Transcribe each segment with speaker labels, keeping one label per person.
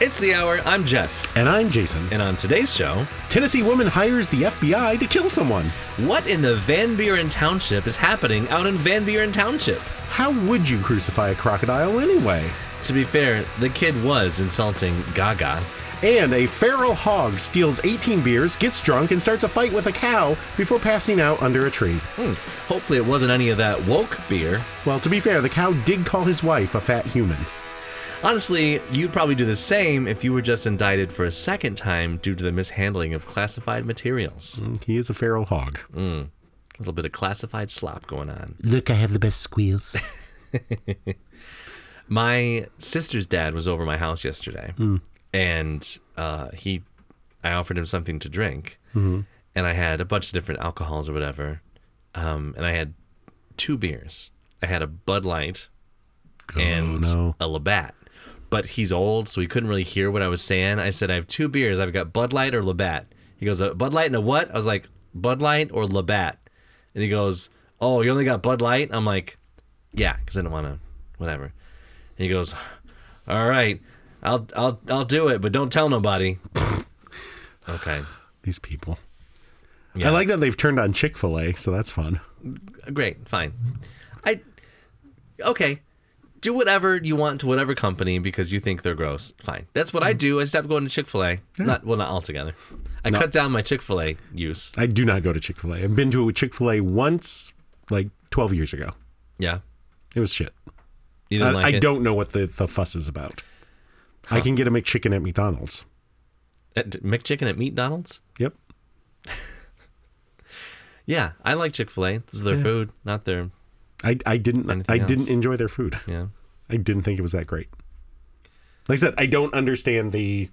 Speaker 1: It's the hour. I'm Jeff.
Speaker 2: And I'm Jason.
Speaker 1: And on today's show,
Speaker 2: Tennessee woman hires the FBI to kill someone.
Speaker 1: what in the Van Buren Township is happening out in Van Buren Township?
Speaker 2: How would you crucify a crocodile anyway?
Speaker 1: To be fair, the kid was insulting Gaga.
Speaker 2: And a feral hog steals 18 beers, gets drunk, and starts a fight with a cow before passing out under a tree.
Speaker 1: Hmm. Hopefully, it wasn't any of that woke beer.
Speaker 2: Well, to be fair, the cow did call his wife a fat human.
Speaker 1: Honestly, you'd probably do the same if you were just indicted for a second time due to the mishandling of classified materials.
Speaker 2: He is a feral hog.
Speaker 1: A little bit of classified slop going on.
Speaker 2: Look, I have the best squeals.
Speaker 1: My sister's dad was over my house yesterday, and uh, he, I offered him something to drink, and I had a bunch of different alcohols or whatever, um, and I had two beers. I had a Bud Light and
Speaker 2: no.
Speaker 1: a Labatt, but he's old, so he couldn't really hear what I was saying. I said, "I have two beers. I've got Bud Light or Labatt." He goes, "A "Bud Light and a what?" I was like, "Bud Light or Labatt," and he goes, "Oh, you only got Bud Light?" I'm like, "Yeah," because I didn't want to, whatever. And he goes, "All right, I'll I'll I'll do it, but don't tell nobody." okay,
Speaker 2: These people.
Speaker 1: Yeah.
Speaker 2: I like that they've turned on Chick fil A, so that's fun.
Speaker 1: great, fine. I okay. Do whatever you want to whatever company because you think they're gross. Fine. That's
Speaker 2: Mm.
Speaker 1: what I do. I stopped going to Chick Fil A. Not well, not altogether. I cut down my Chick Fil A use.
Speaker 2: I do not go to Chick fil A. I've been to a Chick fil A once, like 12 years ago.
Speaker 1: Yeah,
Speaker 2: It was shit.
Speaker 1: you
Speaker 2: I,
Speaker 1: didn't like
Speaker 2: I
Speaker 1: it.
Speaker 2: don't know what the, the fuss is about. I can get a McChicken at McDonald's.
Speaker 1: Uh, d- McChicken at McDonald's.
Speaker 2: Yep.
Speaker 1: Yeah, I like Chick Fil A. This is their food, not their
Speaker 2: I, I didn't I
Speaker 1: Anything
Speaker 2: didn't
Speaker 1: else?
Speaker 2: enjoy their food.
Speaker 1: yeah.
Speaker 2: I didn't think it was that great. Like I said, I don't understand the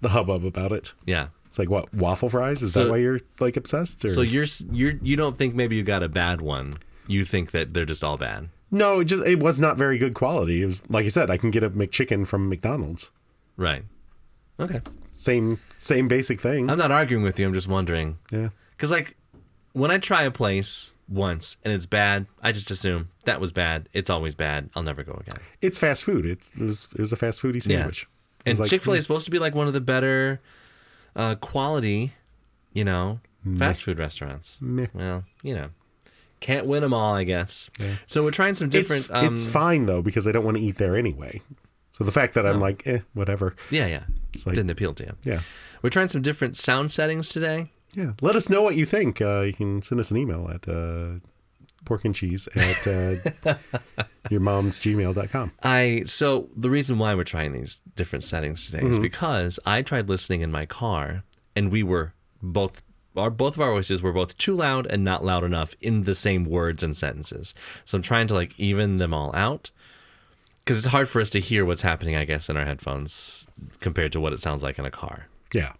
Speaker 2: the hubbub about it.
Speaker 1: Yeah.
Speaker 2: It's like what waffle fries? Is
Speaker 1: So-
Speaker 2: that why you're like obsessed? Or?
Speaker 1: So you're s- you're you don't think maybe you got a bad one. You think that they're just all bad.
Speaker 2: no, it just it was not very good quality. It was like I said, I can get a McChicken from McDonald's.
Speaker 1: Right. Okay.
Speaker 2: Same same basic thing.
Speaker 1: I'm not arguing with you. I'm just wondering.
Speaker 2: yeah.
Speaker 1: Because, like, when I try a place once and it's bad, I just assume that was bad. It's always bad. I'll never go again.
Speaker 2: It's fast food. It's it was it was a fast foodie sandwich. It was
Speaker 1: And
Speaker 2: like,
Speaker 1: Chick fil A is supposed to be like one of the better uh, quality, you know, fast food restaurants.
Speaker 2: Meh.
Speaker 1: Well, you know, can't win them all, I guess. So we're trying some
Speaker 2: It's,
Speaker 1: different. um,
Speaker 2: it's fine though because I don't want to eat there anyway. So the fact
Speaker 1: Oh.
Speaker 2: that I'm like, eh, whatever.
Speaker 1: yeah, yeah. It
Speaker 2: like-
Speaker 1: Didn't appeal to you.
Speaker 2: Yeah.
Speaker 1: We're trying some different sound settings today.
Speaker 2: Yeah. Let us know what you think. Uh, you can send us an email at uh, pork and cheese at uh, your mom's gmail.com.
Speaker 1: I so the reason why we're trying these different settings today
Speaker 2: Mm-hmm.
Speaker 1: is because I tried listening in my car and we were both our both of our voices were both too loud and not loud enough in the same words and sentences. So I'm trying to like even them all out because it's hard for us to hear what's happening, I guess, in our headphones compared to what it sounds like in a car.
Speaker 2: Yeah.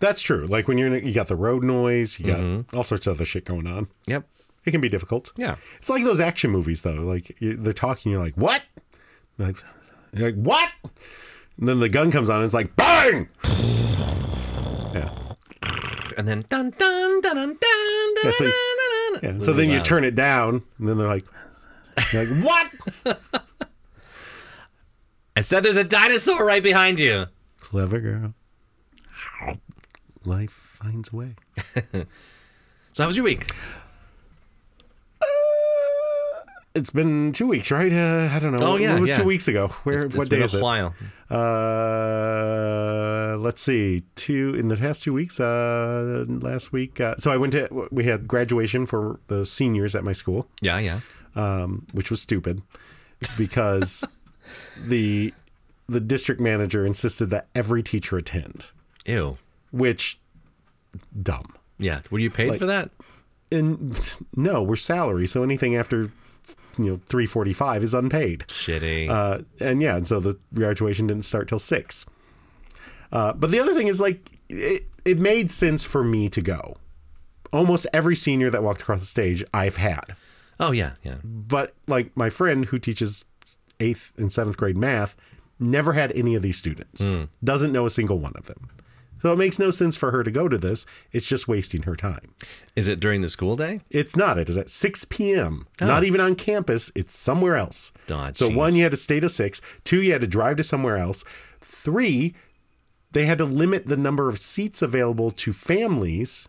Speaker 2: That's true. Like when you're in, you got the road noise, you got all sorts of other shit going on.
Speaker 1: Yep.
Speaker 2: It can be difficult.
Speaker 1: Mm-hmm. Yeah.
Speaker 2: It's like those action movies though. Like you, they're talking, you're like, what? You're like, you're like, what? And then the gun comes on and it's like, bang! yeah.
Speaker 1: And then dun dun dun dun dun. dun,
Speaker 2: so-
Speaker 1: dun, dun, dun.
Speaker 2: yeah. So
Speaker 1: Really
Speaker 2: then you
Speaker 1: loud.
Speaker 2: turn it down and then they're like, you're like, what?
Speaker 1: I said there's a dinosaur right behind you.
Speaker 2: Clever girl. Life finds a way.
Speaker 1: So how was your week?
Speaker 2: It's been two weeks, right? Uh, I don't know.
Speaker 1: Oh,
Speaker 2: What-
Speaker 1: yeah,
Speaker 2: It was
Speaker 1: yeah.
Speaker 2: two weeks ago. Where?
Speaker 1: It's
Speaker 2: what
Speaker 1: been
Speaker 2: day is
Speaker 1: a
Speaker 2: it?
Speaker 1: while.
Speaker 2: Uh, let's see. Two in the past two weeks. Uh, last week. Uh, so I went to. We had graduation for the seniors at my school,
Speaker 1: Yeah, yeah.
Speaker 2: um, which was stupid because the the district manager insisted that every teacher attend,
Speaker 1: Ew.
Speaker 2: which dumb.
Speaker 1: Yeah. Were you paid for that?
Speaker 2: and no, we're salary, so anything after you know three forty five is unpaid.
Speaker 1: Shitty.
Speaker 2: Uh, and yeah, and so the graduation didn't start till six. Uh, but the other thing is like it, it made sense for me to go. Almost every senior that walked across the stage, I've had.
Speaker 1: oh yeah, yeah.
Speaker 2: But like my friend who teaches eighth and seventh grade math never had any of these students, doesn't know a single one of them. So it makes no sense for her to go to this. It's just wasting her time.
Speaker 1: Is it during the school day?
Speaker 2: It's not. It is at 6 p.m. Not even on campus. It's somewhere else.
Speaker 1: Oh. Aw,
Speaker 2: so
Speaker 1: jeez.
Speaker 2: one, you had to stay to six. Two, you had to drive to somewhere else. Three, they had to limit the number of seats available to families.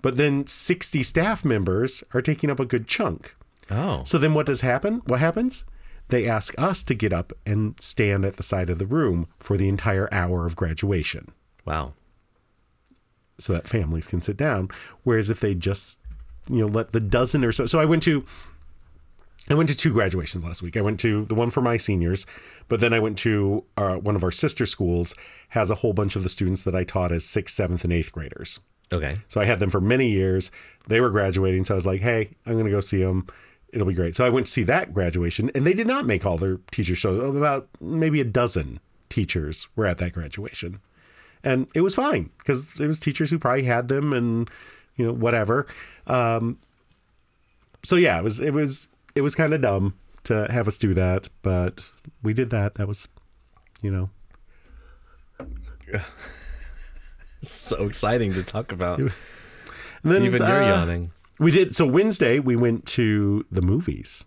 Speaker 2: But then 60 staff members are taking up a good chunk.
Speaker 1: Oh.
Speaker 2: So then what does happen? What happens? They ask us to get up and stand at the side of the room for the entire hour of graduation
Speaker 1: Wow.
Speaker 2: so that families can sit down. Whereas if they just, you know, let the dozen or so. So I went to, I went to two graduations last week. I went to the one for my seniors, but then I went to uh, one of our sister schools has a whole bunch of the students that I taught as sixth, seventh, and eighth graders.
Speaker 1: Okay.
Speaker 2: So I had them for many years. They were graduating, so I was like, "Hey, I'm going to go see them. It'll be great." So I went to see that graduation, and they did not make all their teachers. So about maybe a dozen teachers were at that graduation, and it was fine because it was teachers who probably had them, and you know whatever. Um, so yeah, it was it was it was kind of dumb to have us do that, but we did that. That was, you know,
Speaker 1: It's so exciting to talk about.
Speaker 2: and then
Speaker 1: Even you're
Speaker 2: uh,
Speaker 1: yawning.
Speaker 2: We did so Wednesday. We went to the movies.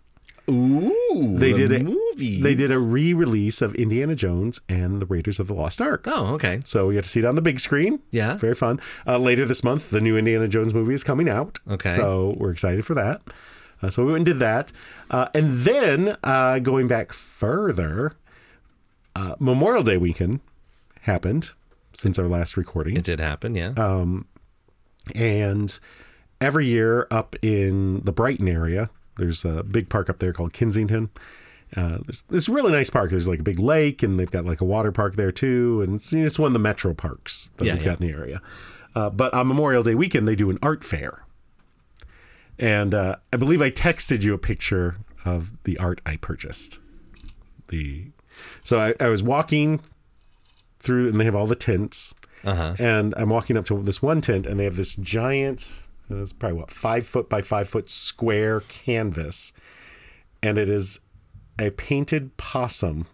Speaker 1: Ooh.
Speaker 2: they did a
Speaker 1: movie.
Speaker 2: They did a re-release of Indiana Jones and the Raiders of the Lost Ark.
Speaker 1: Oh, okay.
Speaker 2: So we got to see it on the big screen.
Speaker 1: Yeah.
Speaker 2: it's very fun. Uh, later this month, the new Indiana Jones movie is coming out.
Speaker 1: Okay.
Speaker 2: so we're excited for that. Uh, so we went and did that, uh, and then uh, going back further, uh, Memorial Day weekend happened since our last recording
Speaker 1: It did happen, yeah.
Speaker 2: Oh. and every year up in the Brighton area, there's a big park up there called Kensington. Uh, it's, it's a really nice park. There's like a big lake, and they've got like a water park there too. And it's, it's one of the metro parks that
Speaker 1: Yeah,
Speaker 2: we've
Speaker 1: yeah.
Speaker 2: got in the area. Uh, but on Memorial Day weekend, they do an art fair. And uh, I believe I texted you a picture of the art I purchased. The so I, I was walking through, and they have all the tents.
Speaker 1: Uh-huh.
Speaker 2: And I'm walking up to this one tent, and they have this giant, uh, it's probably what five foot by five foot square canvas, and it is a painted possum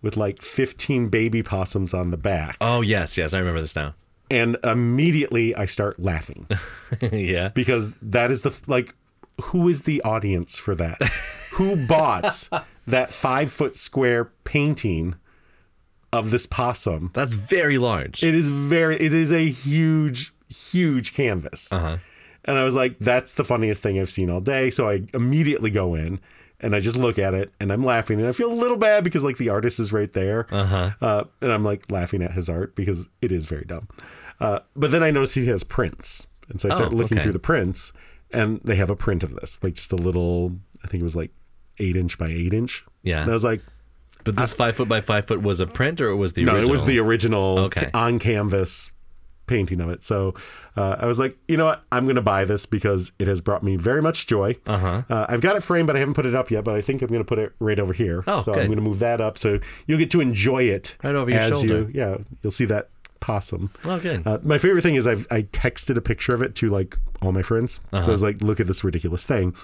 Speaker 2: with like 15 baby possums on the back.
Speaker 1: Oh, yes, yes. I remember this now.
Speaker 2: And immediately I start laughing.
Speaker 1: yeah.
Speaker 2: because that is the like who is the audience for that who bought that five foot square painting of this possum
Speaker 1: That's very large.
Speaker 2: it is very it is a huge huge canvas
Speaker 1: Uh-huh.
Speaker 2: and i was like that's the funniest thing i've seen all day so i immediately go in and i just look at it and i'm laughing and i feel a little bad because like the artist is right there uh-huh. and i'm like laughing at his art because it is very dumb uh, but then i notice he has prints and so i start
Speaker 1: Oh,
Speaker 2: looking
Speaker 1: okay.
Speaker 2: through the prints and they have a print of this like just a little i think it was like eight inch by eight inch
Speaker 1: Yeah.
Speaker 2: and i was like
Speaker 1: but this five foot by five foot was a print or it was the
Speaker 2: uh, no,
Speaker 1: original?
Speaker 2: it was the original
Speaker 1: Okay.
Speaker 2: on canvas painting of it. So uh, I was like, you know what? I'm going to buy this because it has brought me very much joy. Uh-huh. I've got it framed, but I haven't put it up yet. But I think I'm going to put it right over here.
Speaker 1: Oh,
Speaker 2: so
Speaker 1: good.
Speaker 2: I'm going to move that up so you'll get to enjoy it
Speaker 1: Right over your
Speaker 2: as
Speaker 1: shoulder.
Speaker 2: You, yeah, you'll see that possum.
Speaker 1: Oh, good.
Speaker 2: Uh, my favorite thing is I've I texted a picture of it to like all my friends. So I was like, look at this ridiculous thing.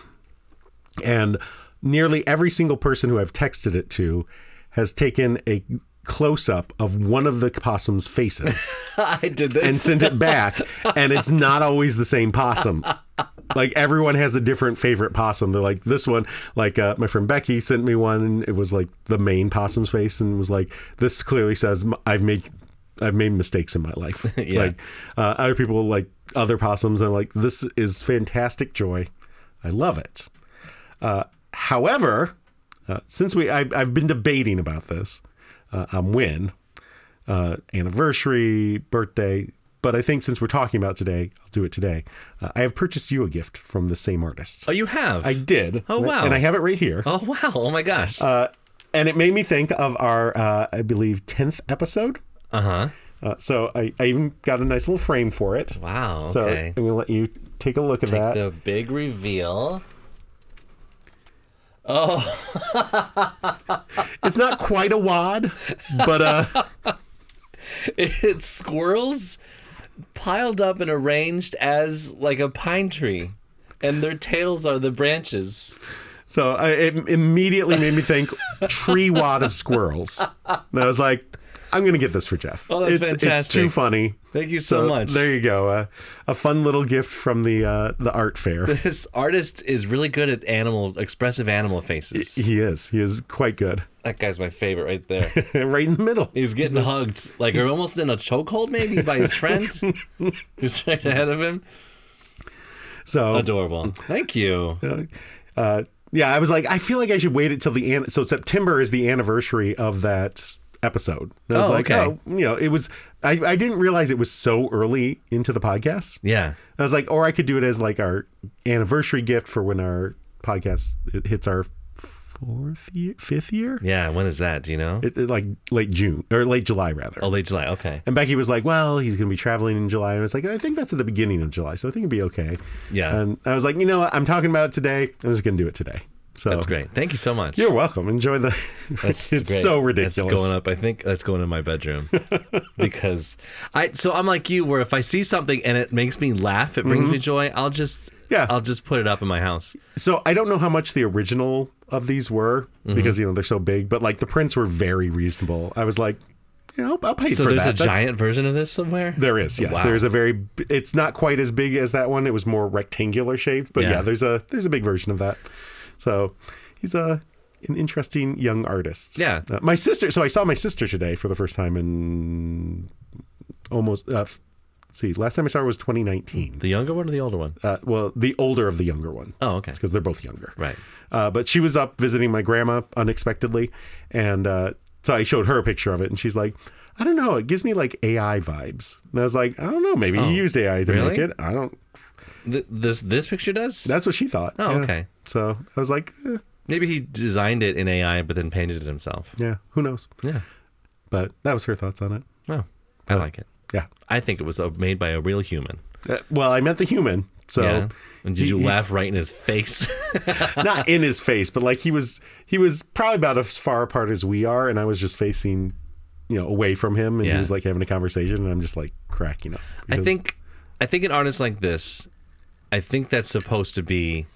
Speaker 2: And nearly every single person who I've texted it to has taken a close up of one of the possum's faces
Speaker 1: I did this.
Speaker 2: and sent it back. and it's not always the same possum. Like everyone has a different favorite possum. They're like this one. Like uh, my friend Becky sent me one, and it was like the main possum's face, and was like, "This clearly says m- I've made, I've made mistakes in my life."
Speaker 1: Yeah.
Speaker 2: Like uh, other people like other possums, and I'm like, "This is fantastic joy, I love it." Uh, however, uh, since we, I, I've been debating about this uh, on when uh, anniversary, birthday. But I think since we're talking about today, I'll do it today. Uh, I have purchased you a gift from the same artist.
Speaker 1: oh, you have?
Speaker 2: I did.
Speaker 1: Oh, wow.
Speaker 2: And I have it right here.
Speaker 1: oh, wow. Oh, my gosh.
Speaker 2: Uh, and it made me think of our, uh, I believe, tenth episode.
Speaker 1: Uh huh.
Speaker 2: Uh, so I, I even got a nice little frame for it.
Speaker 1: Wow.
Speaker 2: So
Speaker 1: Okay.
Speaker 2: I'm gonna let you take a look at that.
Speaker 1: the big reveal.
Speaker 2: It's not quite a wad, but uh,
Speaker 1: It's squirrels piled up and arranged as like a pine tree, and their tails are the branches.
Speaker 2: So I, it immediately made me think tree wad of squirrels. And I was like, I'm going to get this for Jeff.
Speaker 1: Oh, that's
Speaker 2: it's, it's
Speaker 1: fantastic.
Speaker 2: too funny.
Speaker 1: Thank you so, much.
Speaker 2: There you go. Uh, a fun little gift from the uh, the art fair.
Speaker 1: This artist is really good at animal expressive animal faces.
Speaker 2: he is. He is quite good.
Speaker 1: That guy's my favorite right there.
Speaker 2: right in the middle.
Speaker 1: He's getting hugged, like or almost in a chokehold, maybe by his friend who's right ahead of him.
Speaker 2: So
Speaker 1: Adorable. Thank you.
Speaker 2: uh, yeah, I was like, I feel like I should wait until the an- so September is the anniversary of that episode. And I was
Speaker 1: Oh,
Speaker 2: like,
Speaker 1: okay.
Speaker 2: oh, you know, it was. I, I didn't realize it was so early into the podcast.
Speaker 1: Yeah.
Speaker 2: I was like, or I could do it as like our anniversary gift for when our podcast it hits our fourth year, fifth year,
Speaker 1: Yeah. When is that? Do you know?
Speaker 2: it, it, like late June or late July rather.
Speaker 1: Oh, late July. Okay.
Speaker 2: And Becky was like, well, he's going to be traveling in July. And I was like, I think that's at the beginning of July, so I think it'd be okay.
Speaker 1: Yeah.
Speaker 2: And I was like, you know what? I'm talking about it today. I'm just going to do it today. So
Speaker 1: That's great. Thank you so much.
Speaker 2: You're welcome. Enjoy the.
Speaker 1: That's
Speaker 2: it's
Speaker 1: great.
Speaker 2: so
Speaker 1: That's
Speaker 2: ridiculous.
Speaker 1: going up. I think that's going in my bedroom because I. So I'm like you, where if I see something and it makes me laugh, it brings me joy. I'll just
Speaker 2: Mm-hmm. Yeah.
Speaker 1: I'll just put it up in my house.
Speaker 2: So I don't know how much the original of these were because
Speaker 1: Mm-hmm.
Speaker 2: you know they're so big, but like the prints were very reasonable. I was like, yeah, I'll, I'll pay
Speaker 1: So
Speaker 2: for
Speaker 1: there's
Speaker 2: that.
Speaker 1: a
Speaker 2: That's-
Speaker 1: giant version of this somewhere.
Speaker 2: There is, yes.
Speaker 1: Wow.
Speaker 2: There's a very. b- It's not quite as big as that one. It was more rectangular shaped, but yeah.
Speaker 1: Yeah.
Speaker 2: there's a there's a big version of that. So he's a an interesting young artist.
Speaker 1: Yeah.
Speaker 2: Uh, my sister. So I saw my sister today for the first time in almost. Uh, f- let's see, last time I saw her was 2019.
Speaker 1: The younger one or the older one?
Speaker 2: Uh, well, the older of the younger one.
Speaker 1: Mm. Oh, okay.
Speaker 2: because they're both younger.
Speaker 1: Right.
Speaker 2: Uh, but she was up visiting my grandma unexpectedly, and uh, so I showed her a picture of it, and she's like, "I don't know, it gives me like AI vibes." And I was like, "I don't know, maybe he used AI to make
Speaker 1: Oh, really?
Speaker 2: it. I don't."
Speaker 1: Th- this this picture does.
Speaker 2: That's what she thought.
Speaker 1: Oh, okay.
Speaker 2: So I was like, eh,
Speaker 1: Maybe he designed it in AI, but then painted it himself.
Speaker 2: "Yeah, who knows?"
Speaker 1: Yeah.
Speaker 2: But that was her thoughts on it.
Speaker 1: Oh, I like it.
Speaker 2: Yeah.
Speaker 1: I think it was uh, made by a real human.
Speaker 2: Uh, well, I meant the human. So
Speaker 1: yeah. And did
Speaker 2: he-
Speaker 1: you
Speaker 2: he's-
Speaker 1: laugh right in his face?
Speaker 2: not in his face, but like he was he was probably about as far apart as we are, and I was just facing, you know, away from him, and he
Speaker 1: Yeah.
Speaker 2: was like having a conversation, and I'm just like cracking up.
Speaker 1: I
Speaker 2: because-
Speaker 1: think, I think an artist like this, I think that's supposed to be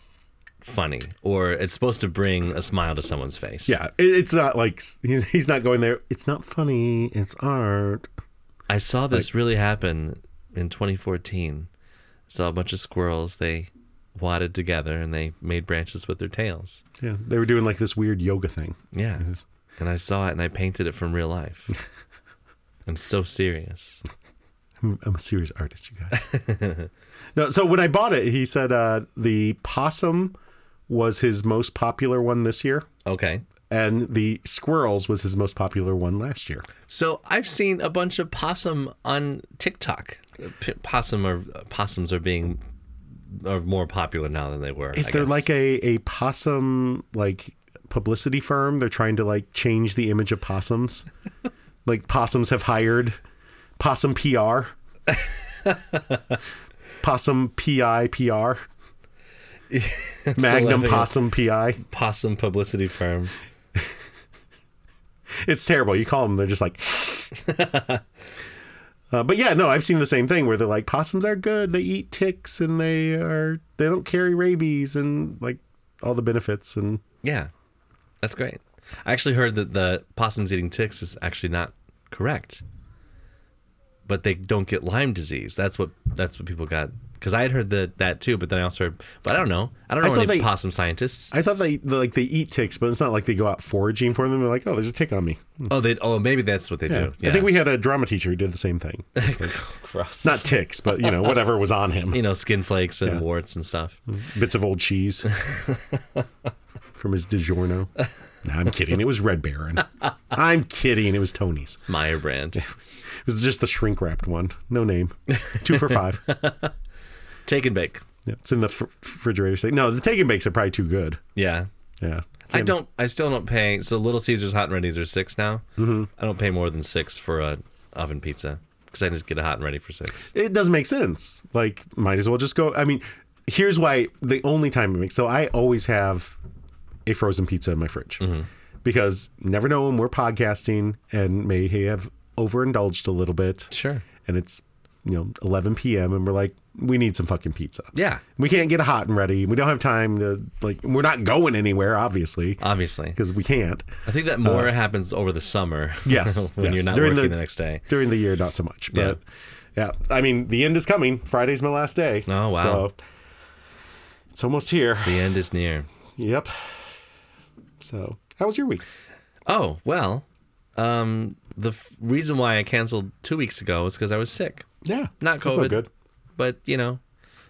Speaker 1: funny, or it's supposed to bring a smile to someone's face.
Speaker 2: Yeah, it, it's not like he's, he's not going there. It's not funny. It's art.
Speaker 1: I saw this really happen in 2014. Saw a bunch of squirrels. They wadded together and they made branches with their tails.
Speaker 2: Yeah, they were doing like this weird yoga thing.
Speaker 1: Yeah.
Speaker 2: was-
Speaker 1: And I saw it and I painted it from real life. and so serious.
Speaker 2: I'm, I'm a serious artist, you guys. no, so when I bought it, he said uh, the possum was his most popular one this year,
Speaker 1: Okay.
Speaker 2: and the squirrels was his most popular one last year.
Speaker 1: So I've seen a bunch of possum on TikTok. P- Possum or possums are being are more popular now than they were.
Speaker 2: Is there like a a possum like publicity firm? They're trying to like change the image of possums. like possums have hired possum PR. possum PI PR. Magnum
Speaker 1: laughing at-
Speaker 2: possum PI.
Speaker 1: possum publicity firm?
Speaker 2: It's terrible. You call them, they're just like. Uh, but yeah, no, I've seen the same thing where they're like possums are good. They eat ticks and they are they don't carry rabies and like all the benefits and
Speaker 1: Yeah. That's great. I actually heard that the possums eating ticks is actually not correct. But they don't get Lyme disease. That's what that's what people got. Because I had heard that that too, but then I also heard, but I don't know. I don't know
Speaker 2: thought
Speaker 1: any
Speaker 2: they-
Speaker 1: possum scientists.
Speaker 2: I thought they like they eat ticks, but it's not like they go out foraging for them. They're like, oh, there's a tick on me.
Speaker 1: Oh, they. Oh, maybe that's what they do.
Speaker 2: I think we had a drama teacher who did the same thing. It's like,
Speaker 1: Gross.
Speaker 2: not ticks, but you know whatever was on him,
Speaker 1: you know skin flakes and warts and stuff.
Speaker 2: bits of old cheese from his DiGiorno. No, I'm kidding. It was Red Baron. I'm kidding. It was Tony's.
Speaker 1: Meyer brand.
Speaker 2: It was just the shrink wrapped one. No name. Two for five.
Speaker 1: Take and bake.
Speaker 2: Yeah, it's in the fr- refrigerator. Safe. No, the take and bakes are probably too good.
Speaker 1: Yeah.
Speaker 2: Yeah.
Speaker 1: I don't. I still don't pay. So Little Caesars hot and ready's are six now. Mm-hmm. I don't pay more than six for a oven pizza because I just get a hot and ready for six.
Speaker 2: it doesn't make sense. Like, might as well just go. I mean, here's why the only time it makes so I always have a frozen pizza in my fridge because never know when we're podcasting and may have overindulged a little bit
Speaker 1: Sure.
Speaker 2: and it's you know 11 p.m. and we're like, we need some fucking pizza.
Speaker 1: Yeah.
Speaker 2: We can't get hot and ready. We don't have time to like. We're not going anywhere, obviously,
Speaker 1: Uh, Obviously,
Speaker 2: because we can't.
Speaker 1: I think that more happens over the summer.
Speaker 2: Uh, Yes,
Speaker 1: when
Speaker 2: yes.
Speaker 1: you're not
Speaker 2: During
Speaker 1: working
Speaker 2: the-
Speaker 1: the next day.
Speaker 2: During the year, not so much. But yeah. I mean, the end is coming. Friday's my last day.
Speaker 1: Oh, wow.
Speaker 2: So it's almost here.
Speaker 1: The end is near.
Speaker 2: Yep. So how was your week?
Speaker 1: Oh well, um, the f- reason why I canceled two weeks ago was because I was sick.
Speaker 2: Yeah.
Speaker 1: Not
Speaker 2: that's
Speaker 1: COVID.
Speaker 2: good.
Speaker 1: But you know,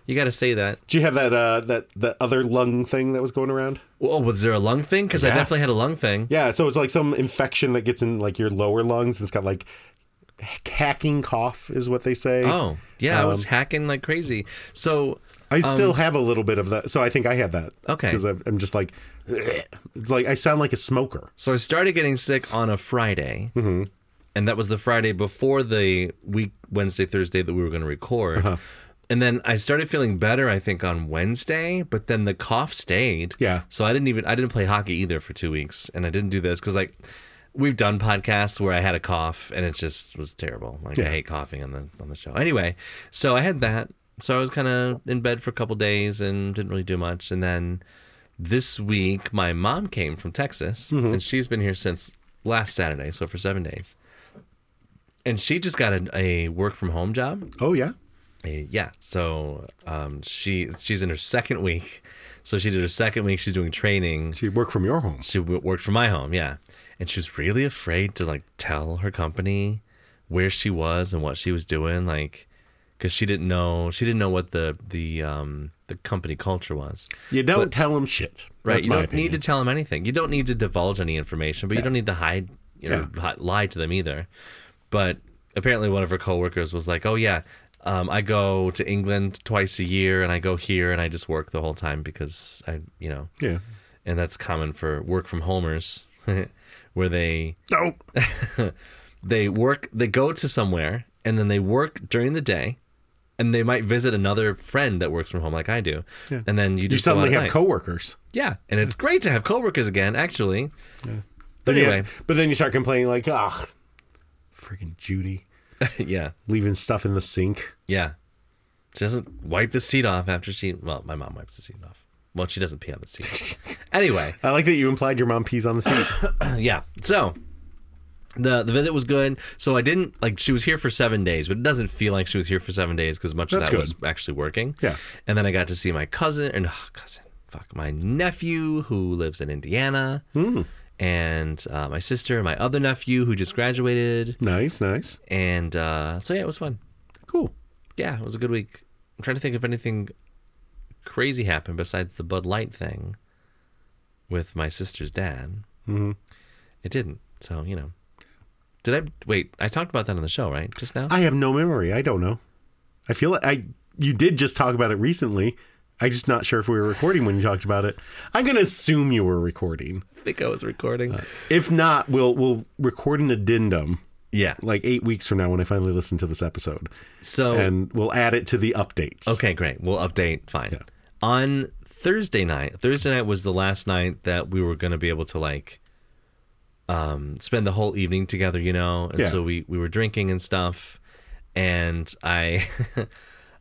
Speaker 1: you got to say that.
Speaker 2: Did you have that uh that that other lung thing that was going around?
Speaker 1: Oh, was there a lung thing? Because I
Speaker 2: Yeah.
Speaker 1: definitely had a lung thing.
Speaker 2: Yeah, so it's like some infection that gets in like your lower lungs. It's got like hacking cough is what they say.
Speaker 1: Oh yeah, I was hacking like crazy. So
Speaker 2: I still have a little bit of that. So I think I had that.
Speaker 1: um, Okay.
Speaker 2: Because I'm I'm just like, "Ugh." it's like I sound like a smoker.
Speaker 1: So I started getting sick on a Friday, and that was the Friday before the week Wednesday Thursday that we were going to record. And then I started feeling better, I think, on Wednesday, but then the cough stayed.
Speaker 2: Yeah.
Speaker 1: So I didn't even I didn't play hockey either for two weeks, and I didn't do this because like we've done podcasts where I had a cough and it just was terrible. Like I hate coughing on the on the show. Anyway, so I had that. So I was kind of in bed for a couple days and didn't really do much. And then this week, my mom came from Texas, and she's been here since last Saturday, so for seven days. And she just got a, a work from home job.
Speaker 2: Oh yeah.
Speaker 1: Uh, yeah so um, she she's in her second week so she did her second week she's doing training
Speaker 2: She worked from your home.
Speaker 1: she w- worked from my home yeah and she was really afraid to like tell her company where she was and what she was doing like because she didn't know she didn't know what the the um the company culture was
Speaker 2: You don't tell him shit.
Speaker 1: right
Speaker 2: That's
Speaker 1: you
Speaker 2: my
Speaker 1: don't
Speaker 2: opinion.
Speaker 1: need to tell them anything you don't need to divulge any information but you don't need to hide you know, hi- lie to them either but apparently one of her coworkers was like oh yeah um, i go to england twice a year and i go here and i just work the whole time because i you know
Speaker 2: yeah.
Speaker 1: and that's common for work from homers where they
Speaker 2: No.
Speaker 1: they work they go to somewhere and then they work during the day and they might visit another friend that works from home like i do and then you
Speaker 2: You
Speaker 1: just go out
Speaker 2: suddenly
Speaker 1: at
Speaker 2: have
Speaker 1: night.
Speaker 2: coworkers.
Speaker 1: yeah and it's great to have coworkers again actually
Speaker 2: But
Speaker 1: Anyway.
Speaker 2: yeah, but then you start complaining like, ah, freaking Judy
Speaker 1: yeah
Speaker 2: leaving stuff in the sink.
Speaker 1: Yeah. She doesn't wipe the seat off after she. Well, my mom wipes the seat off. Well, she doesn't pee on the seat. anyway,
Speaker 2: I like that you implied your mom pees on the seat.
Speaker 1: yeah. So the the visit was good. So I didn't like she was here for seven days, but it doesn't feel like she was here for seven days because much
Speaker 2: That's
Speaker 1: of that was actually working.
Speaker 2: Yeah.
Speaker 1: And then I got to see my cousin and oh, cousin, fuck my nephew who lives in Indiana.
Speaker 2: Hmm.
Speaker 1: And uh, my sister, and my other nephew who just graduated,
Speaker 2: nice, nice,
Speaker 1: and uh, so yeah, it was fun.
Speaker 2: cool.
Speaker 1: yeah, it was a good week. I'm trying to think if anything crazy happened besides the Bud Light thing with my sister's dad. Mm-hmm. It didn't. So, you know. Did I wait? I talked about that on the show, right? Just now?
Speaker 2: I have no memory. I don't know. I feel like I you did just talk about it recently. I'm just not sure if we were recording when you talked about it. I'm gonna assume you were recording.
Speaker 1: I think I was recording.
Speaker 2: If not, we'll we'll record an addendum
Speaker 1: yeah.
Speaker 2: like eight weeks from now when I finally listen to this episode,
Speaker 1: So,
Speaker 2: and we'll add it to the updates.
Speaker 1: Oh. okay, great. We'll update. Fine. On Thursday night, Thursday night was the last night that we were going to be able to like um, spend the whole evening together, you know. And
Speaker 2: Yeah.
Speaker 1: so we we were drinking and stuff. And I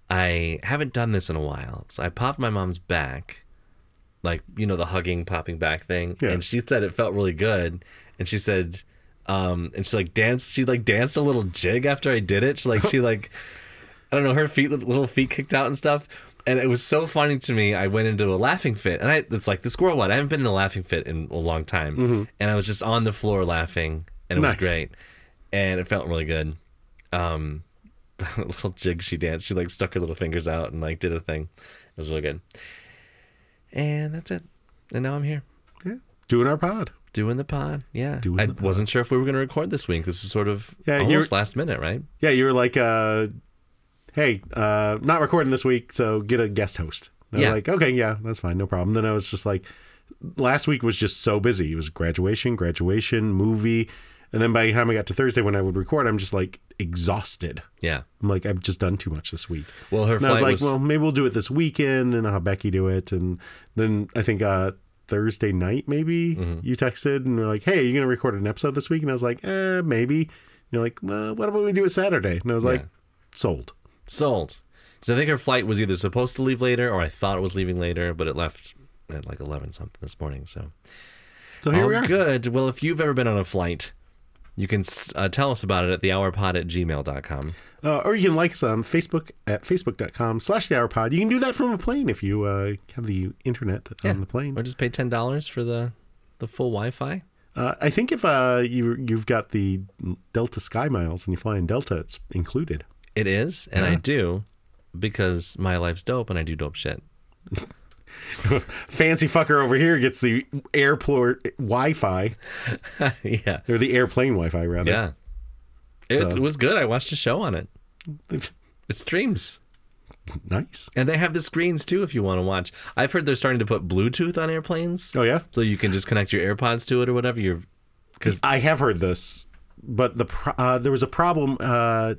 Speaker 1: I haven't done this in a while. So I popped my mom's back, like you know the hugging, popping back thing.
Speaker 2: Yeah.
Speaker 1: And she said it felt really good. And she said, um, and she like danced. She like danced a little jig after I did it. She like she like I don't know her feet little feet kicked out and stuff. And it was so funny to me. I went into a laughing fit, and I it's like the squirrel one. I haven't been in a laughing fit in a long time, and I was just on the floor laughing, and it
Speaker 2: Mm-hmm. Nice.
Speaker 1: was great, and it felt really good. Um, the little jig she danced, she like stuck her little fingers out and like did a thing. It was really good, and that's it. And now I'm here
Speaker 2: Yeah. Doing our pod.
Speaker 1: doing the pod. Yeah,
Speaker 2: Doing
Speaker 1: I
Speaker 2: the pod.
Speaker 1: wasn't sure if we were going to record this week. This is sort of
Speaker 2: Yeah, you're-
Speaker 1: almost last minute, right?
Speaker 2: Yeah, you were like, uh, "Hey, uh, not recording this week, so get a guest host." And I
Speaker 1: Yeah.
Speaker 2: was like, "Okay, yeah, that's fine, no problem." Then I was just like, "Last week was just so busy. It was graduation, graduation, movie, and then by the time I got to Thursday when I would record, I'm just like exhausted.
Speaker 1: Yeah.
Speaker 2: I'm like, I've just done too much this week."
Speaker 1: Well, her
Speaker 2: And I was
Speaker 1: flight
Speaker 2: like,
Speaker 1: was
Speaker 2: "Well, maybe we'll do it this weekend, and I'll have Becky do it." And then I think uh, Thursday night, maybe
Speaker 1: Mm-hmm.
Speaker 2: you texted and were like, "Hey, are you gonna record an episode this week?" And I was like, "Eh, maybe." And you're like, well, "What about we do it Saturday?" And I was like, "Sold."
Speaker 1: Sold. Because I think her flight was either supposed to leave later or I thought it was leaving later, but it left at like 11 something this morning. So,
Speaker 2: So here
Speaker 1: All
Speaker 2: we are.
Speaker 1: good. Well, if you've ever been on a flight, you can s- uh, tell us about it at thehourpod at gmail.com.
Speaker 2: Uh, or you can like us on Facebook at facebook.com slash the hour pod. You can do that from a plane if you uh, have the internet on the plane.
Speaker 1: Or just pay $10 for the, the full Wi Fi.
Speaker 2: Uh, I think if uh, you, you've got the Delta Sky Miles and you fly in Delta, it's included.
Speaker 1: It is, and I do because my life's dope and I do dope shit.
Speaker 2: Fancy fucker over here gets the airport Wi Fi,
Speaker 1: yeah.
Speaker 2: or the airplane Wi Fi, rather.
Speaker 1: Yeah. It, it was good. I watched a show on it. It streams.
Speaker 2: nice.
Speaker 1: And they have the screens too if you want to watch. I've heard they're starting to put Bluetooth on airplanes.
Speaker 2: Oh, yeah?
Speaker 1: So you can just connect your AirPods to it or whatever. You're
Speaker 2: I have heard this, but the pro- uh, there was a problem uh,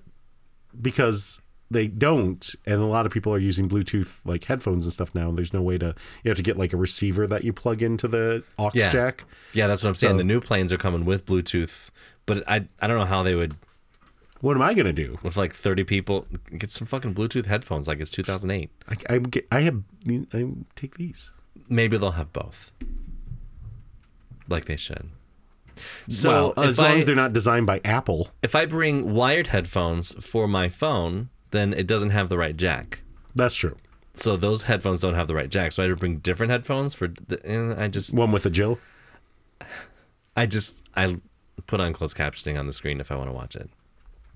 Speaker 2: because they don't, and a lot of people are using Bluetooth like headphones and stuff now. And there's no way to you have to get like a receiver that you plug into the aux
Speaker 1: Yeah.
Speaker 2: jack.
Speaker 1: Yeah, that's what I'm saying.
Speaker 2: Oh.
Speaker 1: the new planes are coming with Bluetooth, but I I don't know how they would
Speaker 2: What am I gonna do?
Speaker 1: with like 30 people get some fucking Bluetooth headphones like it's 2008.
Speaker 2: I, I, get, I have I take these.
Speaker 1: Maybe they'll have both. Like they should. So
Speaker 2: well, as
Speaker 1: if
Speaker 2: long
Speaker 1: I-
Speaker 2: as they're not designed by Apple.
Speaker 1: if I bring wired headphones for my phone, then it doesn't have the right jack.
Speaker 2: That's true.
Speaker 1: So those headphones don't have the right jack. So I had to bring different headphones for. The, and I just,
Speaker 2: One with a Jill.
Speaker 1: I just, I put on closed captioning on the screen if I want to watch it.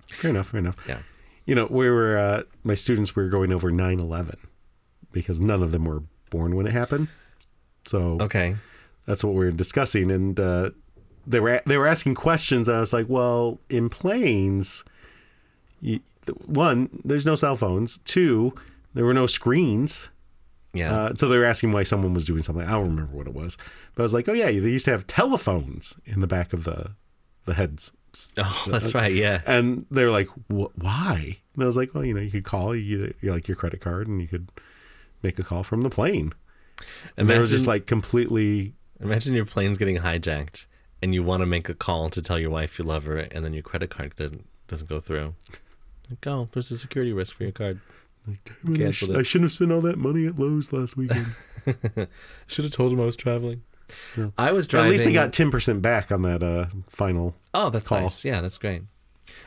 Speaker 2: Fair enough. Fair enough.
Speaker 1: Yeah.
Speaker 2: You know, we were uh, my students were going over 9-11 because none of them were born when it happened. So
Speaker 1: Okay.
Speaker 2: that's what we were discussing and uh, they were they were asking questions and i was like well in planes you, one there's no cell phones two there were no screens
Speaker 1: Yeah.
Speaker 2: uh, so they were asking why someone was doing something i don't remember what it was but i was like oh yeah they used to have telephones in the back of the the heads
Speaker 1: oh, that's
Speaker 2: uh,
Speaker 1: right. Yeah.
Speaker 2: and they were like "Wh- why and i was like well you know you could call you, you like your credit card and you could make a call from the plane and they were just
Speaker 1: Imagine-
Speaker 2: like completely
Speaker 1: Imagine your plane's getting hijacked, and you want to make a call to tell your wife you love her, and then your credit card doesn't doesn't go through. Like, oh, there's a security risk for your card.
Speaker 2: Like, damn it, I, sh-
Speaker 1: Canceled it.
Speaker 2: I shouldn't have spent all that money at Lowe's last weekend.
Speaker 1: Should have told him I was traveling. I was driving.
Speaker 2: at least they got ten percent back on that uh, final.
Speaker 1: Oh, that's
Speaker 2: call.
Speaker 1: nice. Yeah, that's great.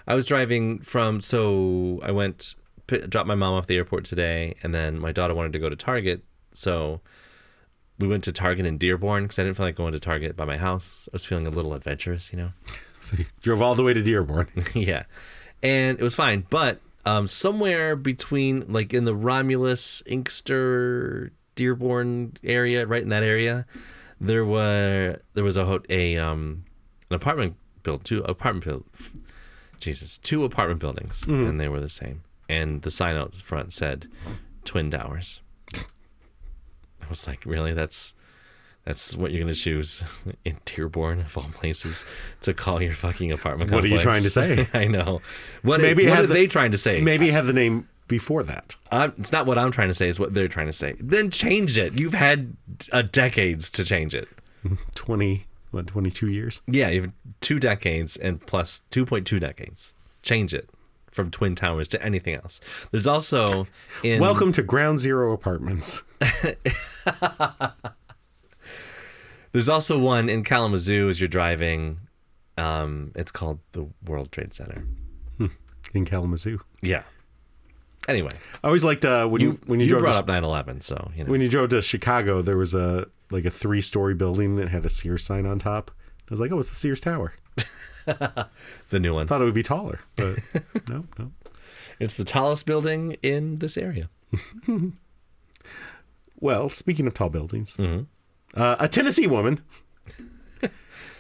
Speaker 1: I was driving from, so I went, p- dropped my mom off at the airport today, and then my daughter wanted to go to Target. So we went to Target in Dearborn because I didn't feel like going to Target by my house. I was feeling a little adventurous, you know?
Speaker 2: So you drove all the way to Dearborn.
Speaker 1: yeah. And it was fine. But um, somewhere between, like in the Romulus, Inkster, Dearborn area, right in that area, there were there was a ho- a um, an apartment built two apartment built Jesus two apartment buildings
Speaker 2: Mm-hmm.
Speaker 1: and they were the same and the sign out front said twin towers. I was like, really? That's that's what you're gonna choose in Dearborn of all places to call your fucking apartment.
Speaker 2: What are you
Speaker 1: complex?
Speaker 2: trying to say?
Speaker 1: I know. What
Speaker 2: Maybe
Speaker 1: maybe
Speaker 2: it
Speaker 1: what
Speaker 2: had
Speaker 1: are
Speaker 2: the-
Speaker 1: they trying to say?
Speaker 2: Maybe have the name before that.
Speaker 1: I'm, it's not what I'm trying to say. It's what they're trying to say. Then change it. You've had a decades to change it.
Speaker 2: Twenty what? Twenty two years.
Speaker 1: Yeah, you have two decades and plus 2.2 decades. Change it from Twin Towers to anything else. There's also in
Speaker 2: Welcome to Ground Zero Apartments.
Speaker 1: There's also one in Kalamazoo as you're driving. Um, it's called the World Trade Center.
Speaker 2: in Kalamazoo.
Speaker 1: Yeah. Anyway,
Speaker 2: I always liked uh, when you when you,
Speaker 1: you
Speaker 2: drove
Speaker 1: brought
Speaker 2: to,
Speaker 1: up 9/11, so you know.
Speaker 2: when you drove to Chicago. There was a like a three story building that had a Sears sign on top. I was like, oh, it's the Sears Tower.
Speaker 1: the new one.
Speaker 2: Thought it would be taller, but no, no.
Speaker 1: It's the tallest building in this area.
Speaker 2: Well, speaking of tall buildings,
Speaker 1: Mm-hmm.
Speaker 2: uh, a Tennessee woman
Speaker 1: They're,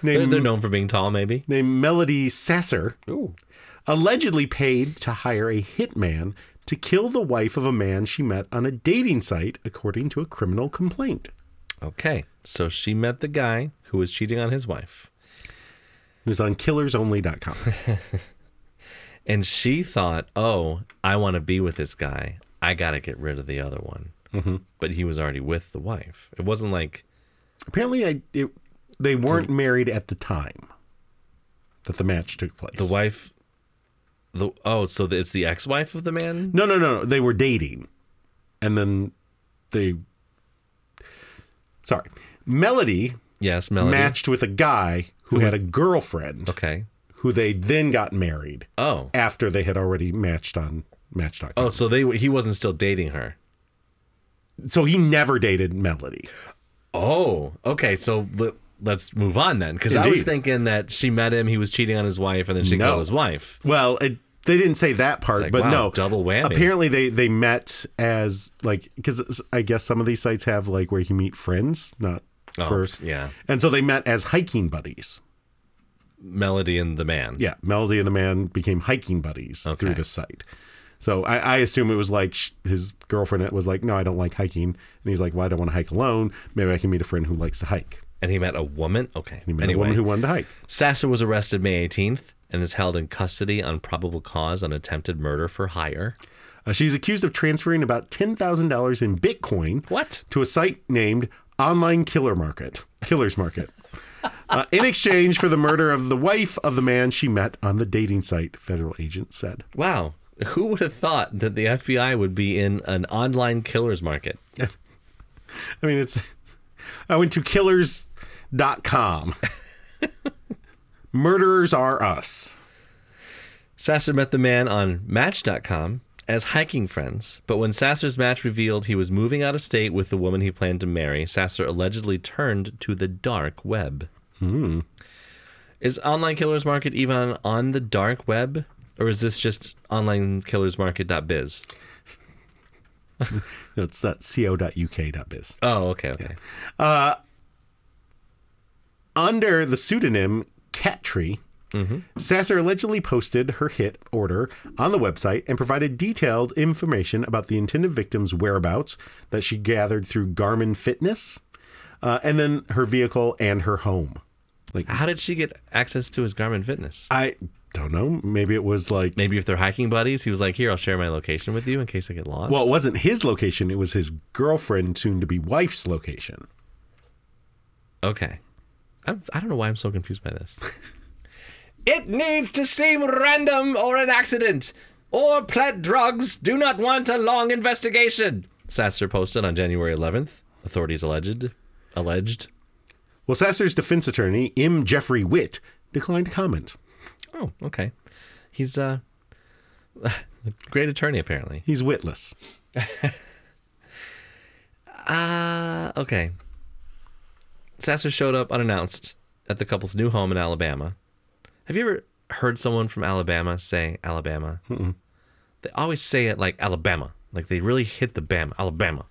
Speaker 2: named
Speaker 1: they're known for being tall, maybe.
Speaker 2: named Melody Sasser
Speaker 1: Ooh.
Speaker 2: allegedly paid to hire a hitman to kill the wife of a man she met on a dating site, according to a criminal complaint.
Speaker 1: Okay. So she met the guy who was cheating on his wife.
Speaker 2: It was on killersonly.com.
Speaker 1: And she thought, oh, I want to be with this guy. I got to get rid of the other one. Mm-hmm. But he was already with the wife. It wasn't like,
Speaker 2: Apparently, I, it, they weren't married at the time that the match took place.
Speaker 1: the wife the oh, so it's the ex-wife of the man.
Speaker 2: No, no, no, no. They were dating. And then they. Sorry. Melody
Speaker 1: Yes, Melody.
Speaker 2: matched with a guy who, had a girlfriend
Speaker 1: Okay.
Speaker 2: who they then got married
Speaker 1: Oh.
Speaker 2: after they had already matched on Match.com.
Speaker 1: Oh, so they he wasn't still dating her.
Speaker 2: So he never dated Melody.
Speaker 1: Oh, okay. So le- let's move on then, because I was
Speaker 2: Indeed.
Speaker 1: thinking that she met him, he was cheating on his wife, and then she
Speaker 2: No.
Speaker 1: killed his wife.
Speaker 2: Well, it, they didn't say that part,
Speaker 1: like,
Speaker 2: but
Speaker 1: wow,
Speaker 2: no,
Speaker 1: double whammy.
Speaker 2: Apparently, they they met as like because I guess some of these sites have like where you meet friends, not
Speaker 1: Oh,
Speaker 2: first,
Speaker 1: yeah.
Speaker 2: and so they met as hiking buddies.
Speaker 1: Melody and the man.
Speaker 2: Yeah, Melody and the man became hiking buddies through
Speaker 1: Okay.
Speaker 2: this site. So I, I assume it was like sh- his girlfriend was like, "No, I don't like hiking," and he's like, "Well, I don't want to hike alone. Maybe I can meet a friend who likes to hike."
Speaker 1: And he met a woman. Okay.
Speaker 2: He met
Speaker 1: anyway,
Speaker 2: a woman who wanted to hike.
Speaker 1: Sasser was arrested May 18th and is held in custody on probable cause on attempted murder for hire.
Speaker 2: Uh, she's accused of transferring about ten thousand dollars in Bitcoin.
Speaker 1: What?
Speaker 2: to a site named Online Killer Market, Killers Market, uh, in exchange for the murder of the wife of the man she met on the dating site. Federal agents said.
Speaker 1: Wow. Who would have thought that the FBI would be in an online killer's market?
Speaker 2: I mean, it's. I went to killers.com. Murderers are us.
Speaker 1: Sasser met the man on Match.com as hiking friends, but when Sasser's match revealed he was moving out of state with the woman he planned to marry, Sasser allegedly turned to the dark web. Is online killers market even on, on the dark web, or is this just onlinekillersmarket.biz?
Speaker 2: That's that co.uk.biz.
Speaker 1: Oh, okay, okay.
Speaker 2: Under the pseudonym Cat Tree, Sasser allegedly posted her hit order on the website and provided detailed information about the intended victim's whereabouts that she gathered through Garmin Fitness, uh, and then her vehicle and her home. Like,
Speaker 1: How did she get access to his Garmin Fitness?
Speaker 2: I don't know. Maybe it was like,
Speaker 1: Maybe if they're hiking buddies, he was like, "Here, I'll share my location with you in case I get lost."
Speaker 2: well, it wasn't his location, it was his girlfriend, soon to be wife's location.
Speaker 1: Okay. I'm, I don't know why I'm so confused by this. it needs to seem random or an accident, or plant drugs do not want a long investigation. Sasser posted on January 11th. Authorities alleged, alleged.
Speaker 2: Well, Sasser's defense attorney, M. Jeffrey Witt, declined to comment.
Speaker 1: Oh, okay. He's uh, a great attorney apparently.
Speaker 2: He's witless.
Speaker 1: Uh, okay. Sasser showed up unannounced at the couple's new home in Alabama. Have you ever heard someone from Alabama say Alabama? They always say it like Alabama, like they really hit the Bama, Alabama,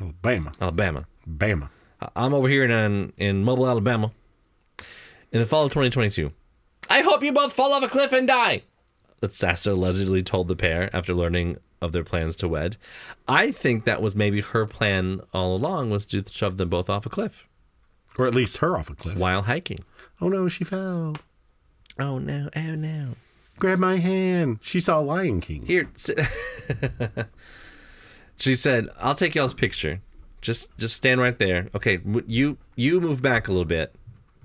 Speaker 2: Alabama.
Speaker 1: Alabama.
Speaker 2: Bama.
Speaker 1: I- I'm over here in in Mobile, Alabama, in the fall of 2022. I hope you both fall off a cliff and die. That Sasser allegedly told the pair after learning of their plans to wed. I think that was maybe her plan all along was to shove them both off a cliff.
Speaker 2: Or at least her off a cliff.
Speaker 1: while hiking.
Speaker 2: Oh no, she fell.
Speaker 1: Oh no! Oh no!
Speaker 2: Grab my hand. She saw Lion King.
Speaker 1: Here, sit. she said, "I'll take y'all's picture. Just, just stand right there. Okay, w- you, you move back a little bit,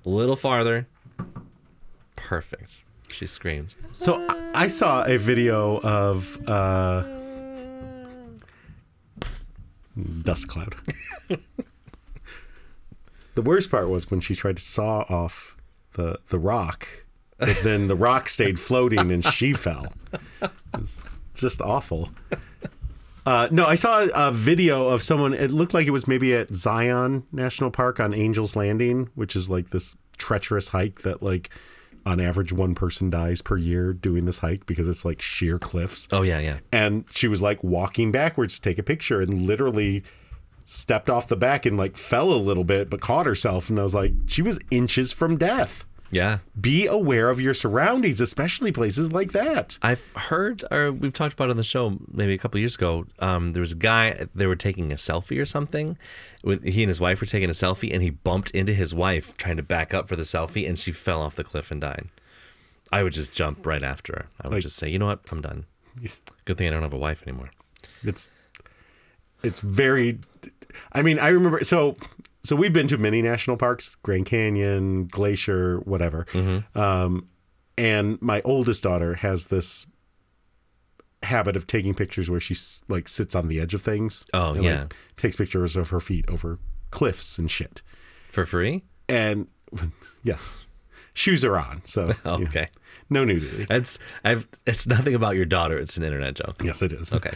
Speaker 1: a little farther. Perfect." She screams.
Speaker 2: So I- I saw a video of uh, Dust Cloud. the worst part was when she tried to saw off the the rock, but then the rock stayed floating and she fell. It's just awful. Uh, no, I saw a video of someone. It looked like it was maybe at Zion National Park on Angel's Landing, which is like this treacherous hike that, like, on average, one person dies per year doing this hike because it's like sheer cliffs.
Speaker 1: Oh yeah, yeah.
Speaker 2: And she was like walking backwards to take a picture and literally stepped off the back and like fell a little bit, but caught herself. And I was like, she was inches from death.
Speaker 1: Yeah,
Speaker 2: Be aware of your surroundings, especially places like that.
Speaker 1: I've heard, or we've talked about it on the show maybe a couple years ago. Um, there was a guy they were taking a selfie or something. With he and his wife were taking a selfie, and he bumped into his wife trying to back up for the selfie, and she fell off the cliff and died. I would just jump right after her. I would just say, you know what, I'm done. Good thing I don't have a wife anymore.
Speaker 2: It's it's very I mean, I remember so so
Speaker 1: Mm-hmm.
Speaker 2: we've been to many national parks, Grand Canyon, Glacier, whatever. Um and my oldest daughter has this habit of taking pictures where she s- like sits on the edge of things.
Speaker 1: Oh,
Speaker 2: and,
Speaker 1: yeah.
Speaker 2: like, takes pictures of her feet over cliffs and shit.
Speaker 1: for free.
Speaker 2: And yes, shoes are on, so you know,
Speaker 1: okay,
Speaker 2: no nudity.
Speaker 1: that's I've. It's nothing about your daughter. It's an internet joke.
Speaker 2: Yes, it is.
Speaker 1: Okay,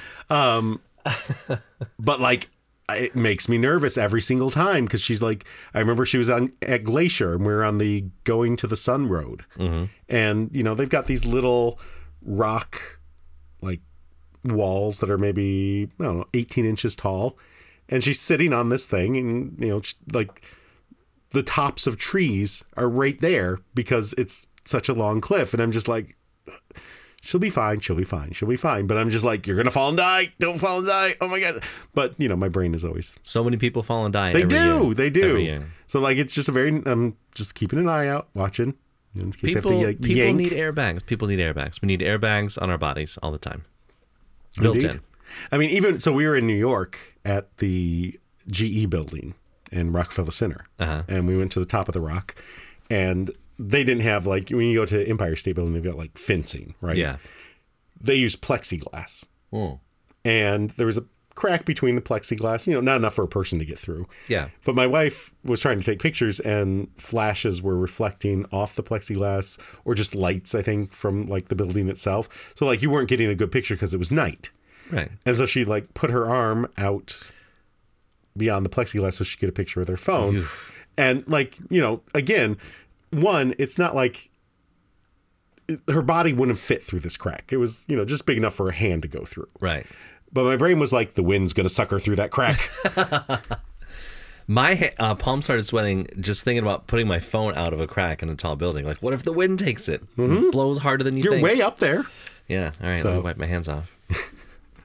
Speaker 2: but like it makes me nervous every single time because she's like i remember she was on at glacier and we were on the going to the sun road and you know they've got these little rock like walls that are maybe i don't know 18 inches tall and she's sitting on this thing and you know she- like the tops of trees are right there because it's such a long cliff and i'm just like she'll be fine, she'll be fine, she'll be fine. But I'm just like, you're gonna fall and die. Don't fall and die. Oh my god. But you know, my brain is always
Speaker 1: so many people fall and die.
Speaker 2: they
Speaker 1: every
Speaker 2: do,
Speaker 1: year.
Speaker 2: they do.
Speaker 1: Every year.
Speaker 2: So like, it's just a very I'm just keeping an eye out, watching. In case
Speaker 1: People,
Speaker 2: I have to like,
Speaker 1: people
Speaker 2: yank.
Speaker 1: need airbags. People need airbags. We need airbags on our bodies all the time. Built
Speaker 2: Indeed.
Speaker 1: in.
Speaker 2: I mean, even so, we were in New York at the GE building in Rockefeller Center,
Speaker 1: Uh-huh.
Speaker 2: and we went to the top of the rock, and they didn't have like when you go to Empire State Building, they've got like fencing, right?
Speaker 1: Yeah.
Speaker 2: They use plexiglass.
Speaker 1: Mm.
Speaker 2: and there was a crack between the plexiglass, you know, not enough for a person to get through.
Speaker 1: Yeah.
Speaker 2: But my wife was trying to take pictures and flashes were reflecting off the plexiglass or just lights, I think, from like the building itself. So like you weren't getting a good picture because it was night.
Speaker 1: Right.
Speaker 2: And so she like put her arm out beyond the plexiglass so she could get a picture with her phone. And like, you know, again, one, it's not like her body wouldn't fit through this crack. It was, you know, just big enough for a hand to go through.
Speaker 1: Right.
Speaker 2: But my brain was like, the wind's gonna suck her through that crack.
Speaker 1: My ha- uh, palm started sweating just thinking about putting my phone out of a crack in a tall building. Like, what if the wind takes it? It blows harder than you
Speaker 2: Mm-hmm. You're
Speaker 1: think.
Speaker 2: way up there,
Speaker 1: yeah. All right. Let me wipe my hands off.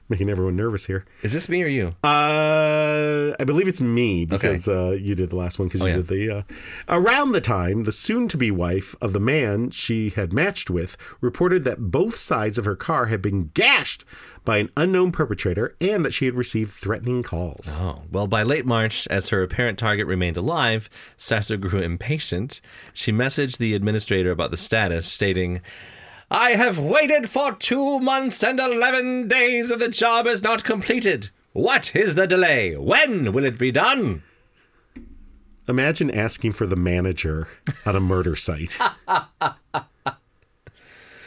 Speaker 2: making everyone nervous here.
Speaker 1: Is this me or you?
Speaker 2: Uh, I believe it's me because uh, you did the last one because you
Speaker 1: yeah.
Speaker 2: did the. Uh, around the time, the soon-to-be wife of the man she had matched with reported that both sides of her car had been gashed by an unknown perpetrator and that she had received threatening calls.
Speaker 1: Oh, well, by late March, as her apparent target remained alive, Sasser grew impatient. She messaged the administrator about the status, stating, I have waited for two months and 11 days, and the job is not completed. What is the delay? When will it be done?
Speaker 2: Imagine asking for the manager at a murder site.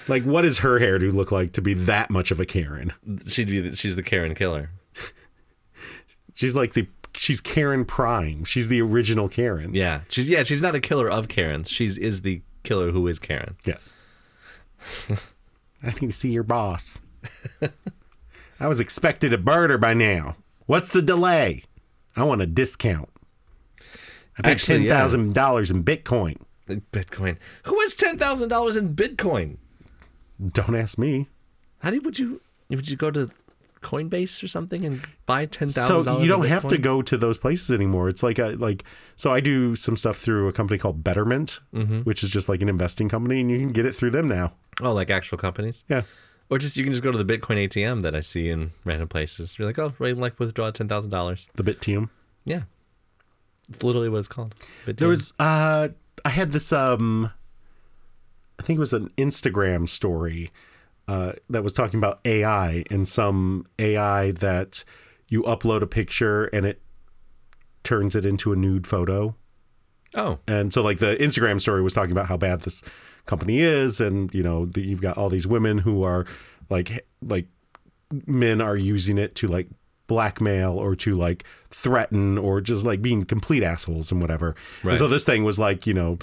Speaker 2: like, what does her hairdo look like to be that much of a Karen?
Speaker 1: She'd be the, she's the Karen killer.
Speaker 2: She's like the she's Karen Prime. She's the original Karen.
Speaker 1: Yeah, she's yeah she's not a killer of Karens. She's is the killer who is Karen.
Speaker 2: Yes. I need to see your boss. I was expected to bird her by now. What's the delay? I want a discount. I paid
Speaker 1: Actually,
Speaker 2: ten
Speaker 1: yeah.
Speaker 2: thousand dollars in Bitcoin.
Speaker 1: Bitcoin. Who has ten thousand dollars in Bitcoin?
Speaker 2: Don't ask me.
Speaker 1: How do would you would you go to Coinbase or something and buy ten thousand
Speaker 2: So
Speaker 1: dollars?
Speaker 2: you don't have to go to those places anymore. It's like a, like so I do some stuff through a company called Betterment,
Speaker 1: Mm-hmm.
Speaker 2: which is just like an investing company, and you can get it through them now.
Speaker 1: Oh, like actual companies,
Speaker 2: Yeah.
Speaker 1: or just you can just go to the Bitcoin ATM that I see in random places. You're like, oh, right, like withdraw ten thousand dollars.
Speaker 2: The BitTeam.
Speaker 1: Yeah, it's literally what it's called. Bitcoin.
Speaker 2: There was uh I had this um I think it was an Instagram story uh that was talking about AI and some AI that you upload a picture and it turns it into a nude photo.
Speaker 1: oh
Speaker 2: And so like the Instagram story was talking about how bad this company is and you know that you've got all these women who are like h- like men are using it to like blackmail or to like threaten or just like being complete assholes and whatever.
Speaker 1: Right.
Speaker 2: And so this thing was like, you know,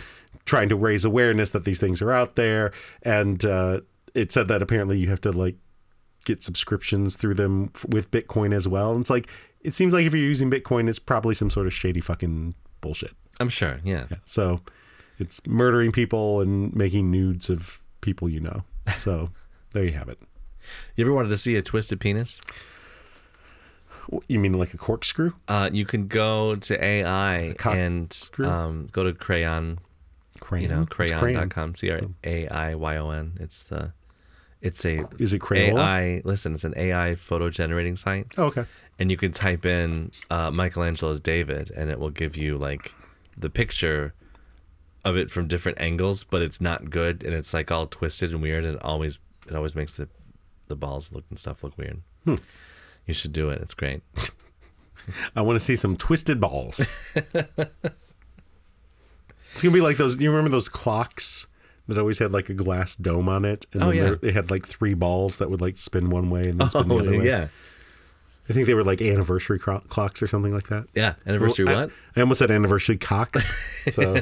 Speaker 2: trying to raise awareness that these things are out there and uh it said that apparently you have to like get subscriptions through them f- with Bitcoin as well. And it's like it seems like if you're using Bitcoin it's probably some sort of shady fucking bullshit.
Speaker 1: I'm sure. Yeah,
Speaker 2: So it's murdering people and making nudes of people you know. So there you have it.
Speaker 1: you ever wanted to see a twisted penis?
Speaker 2: You mean like a corkscrew?
Speaker 1: Uh, you can go to AI
Speaker 2: cock
Speaker 1: and
Speaker 2: screw?
Speaker 1: um, go to Crayon
Speaker 2: Crayon.
Speaker 1: you know,
Speaker 2: It's crayon.
Speaker 1: crayon.com, C R A I Y O N. It's the, it's a
Speaker 2: Is it Crayola?
Speaker 1: AI, listen, it's an AI photo generating site.
Speaker 2: Oh, okay.
Speaker 1: And you can type in uh, Michelangelo's David and it will give you like the picture of it from different angles, but it's not good and it's like all twisted and weird and it always it always makes the the balls look and stuff look weird. You should do it. It's great.
Speaker 2: I want to see some twisted balls. it's gonna be like those. You remember those clocks that always had like a glass dome on it, and
Speaker 1: Oh,
Speaker 2: then
Speaker 1: yeah.
Speaker 2: there- they had like three balls that would like spin one way and then spin the
Speaker 1: Oh,
Speaker 2: other way.
Speaker 1: yeah.
Speaker 2: I think they were like anniversary cro- clocks or something like that.
Speaker 1: Yeah. Anniversary
Speaker 2: I,
Speaker 1: what?
Speaker 2: I almost said anniversary cocks. So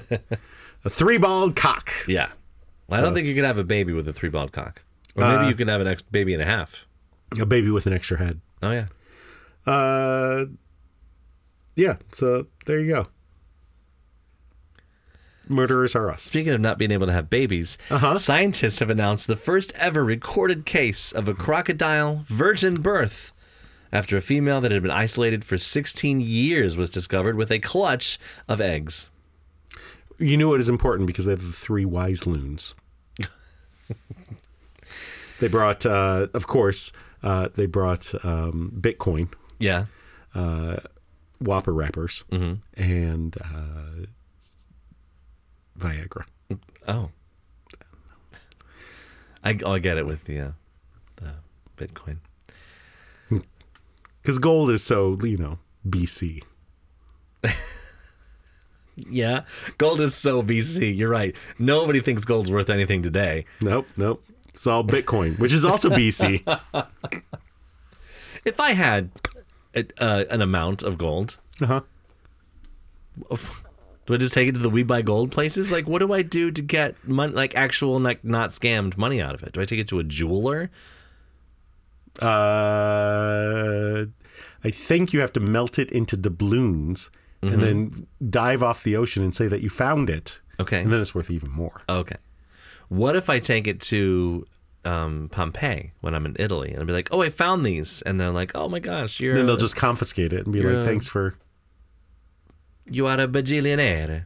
Speaker 2: a three-balled cock.
Speaker 1: Yeah. Well, I don't think you could have a baby with a three balled cock. Or maybe you can have an ex baby and a half.
Speaker 2: A baby with an extra head.
Speaker 1: Oh yeah.
Speaker 2: Uh, yeah. So there you go. Murderers are us.
Speaker 1: Speaking of not being able to have babies, scientists have announced the first ever recorded case of a crocodile virgin birth after a female that had been isolated for 16 years was discovered with a clutch of eggs.
Speaker 2: You knew it is important because they have the three wise loons. they brought, uh, of course, uh, they brought um, Bitcoin,
Speaker 1: Yeah.
Speaker 2: Whopper wrappers,
Speaker 1: Mm-hmm.
Speaker 2: and uh, Viagra.
Speaker 1: Oh. I, I'll get it with the, uh, the Bitcoin.
Speaker 2: Because gold is so, you know, BC.
Speaker 1: Yeah. Gold is so BC. You're right. Nobody thinks gold's worth anything today.
Speaker 2: Nope, nope. It's all Bitcoin, which is also BC.
Speaker 1: If I had a, uh, an amount of gold,
Speaker 2: Uh-huh.
Speaker 1: Do I just take it to the We Buy Gold places? Like, what do I do to get money, like actual, like not scammed money out of it? Do I take it to a jeweler?
Speaker 2: Uh, I think you have to melt it into doubloons and then dive off the ocean and say that you found it.
Speaker 1: Okay.
Speaker 2: And then it's worth even more.
Speaker 1: Okay. What if I take it to um, Pompeii when I'm in Italy and I'll be like, oh, I found these, and they're like, oh my gosh, you're
Speaker 2: Then they'll just confiscate it and be
Speaker 1: Yeah.
Speaker 2: like, thanks for.
Speaker 1: you are a bajillionaire.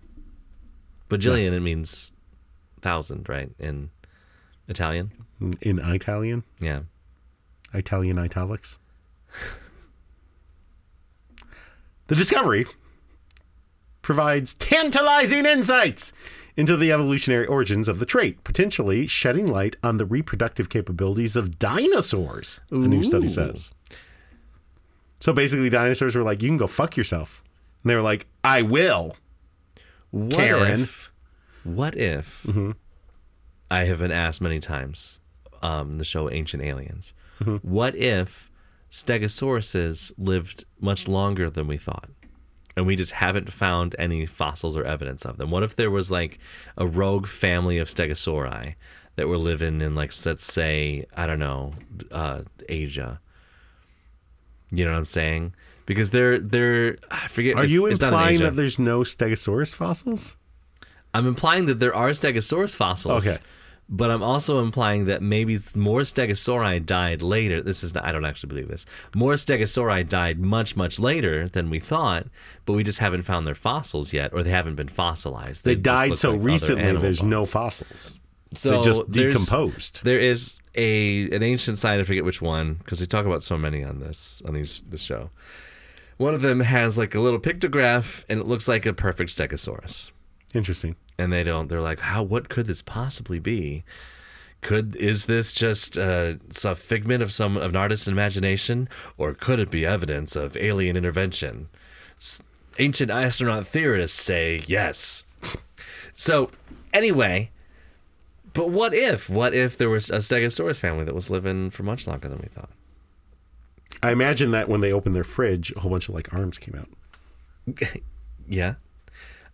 Speaker 1: Bajillion it means thousand, right? In Italian,
Speaker 2: In Italian?
Speaker 1: yeah.
Speaker 2: Italian italics? the discovery provides tantalizing insights into the evolutionary origins of the trait, potentially shedding light on the reproductive capabilities of dinosaurs, a new study
Speaker 1: Ooh.
Speaker 2: says. So basically, dinosaurs were like, you can go fuck yourself. And they were like, I will.
Speaker 1: What
Speaker 2: Karen.
Speaker 1: if? What if?
Speaker 2: Mm-hmm.
Speaker 1: I have been asked many times, um, the show Ancient Aliens.
Speaker 2: Mm-hmm.
Speaker 1: What if stegosauruses lived much longer than we thought? And we just haven't found any fossils or evidence of them. What if there was like a rogue family of stegosauri that were living in, like, let's say, I don't know, uh, Asia? You know what I'm saying? Because they're they're I forget.
Speaker 2: Are
Speaker 1: it's-
Speaker 2: you
Speaker 1: it's not in
Speaker 2: implying
Speaker 1: Asia.
Speaker 2: that there's no Stegosaurus fossils?
Speaker 1: I'm implying that there are Stegosaurus fossils.
Speaker 2: Okay.
Speaker 1: But I'm also implying that maybe more Stegosauri died later. This is not, I don't actually believe this. More Stegosauri died much, much later than we thought, but we just haven't found their fossils yet, or they haven't been fossilized.
Speaker 2: They
Speaker 1: just
Speaker 2: died
Speaker 1: look
Speaker 2: so
Speaker 1: like other
Speaker 2: recently,
Speaker 1: animal
Speaker 2: there's no
Speaker 1: bones.
Speaker 2: fossils.
Speaker 1: So
Speaker 2: they just
Speaker 1: there's-
Speaker 2: decomposed.
Speaker 1: There is a an ancient site. I forget which one because they talk about so many on this on these this show. One of them has like a little pictograph, and it looks like a perfect Stegosaurus
Speaker 2: Interesting.
Speaker 1: and they don't they're like how what could this possibly be could is this just uh, some figment of some of an artist's imagination or could it be evidence of alien intervention S- ancient astronaut theorists say yes so anyway but what if what if there was a stegosaurus family that was living for much longer than we thought
Speaker 2: I imagine that when they opened their fridge, a whole bunch of like arms came out.
Speaker 1: yeah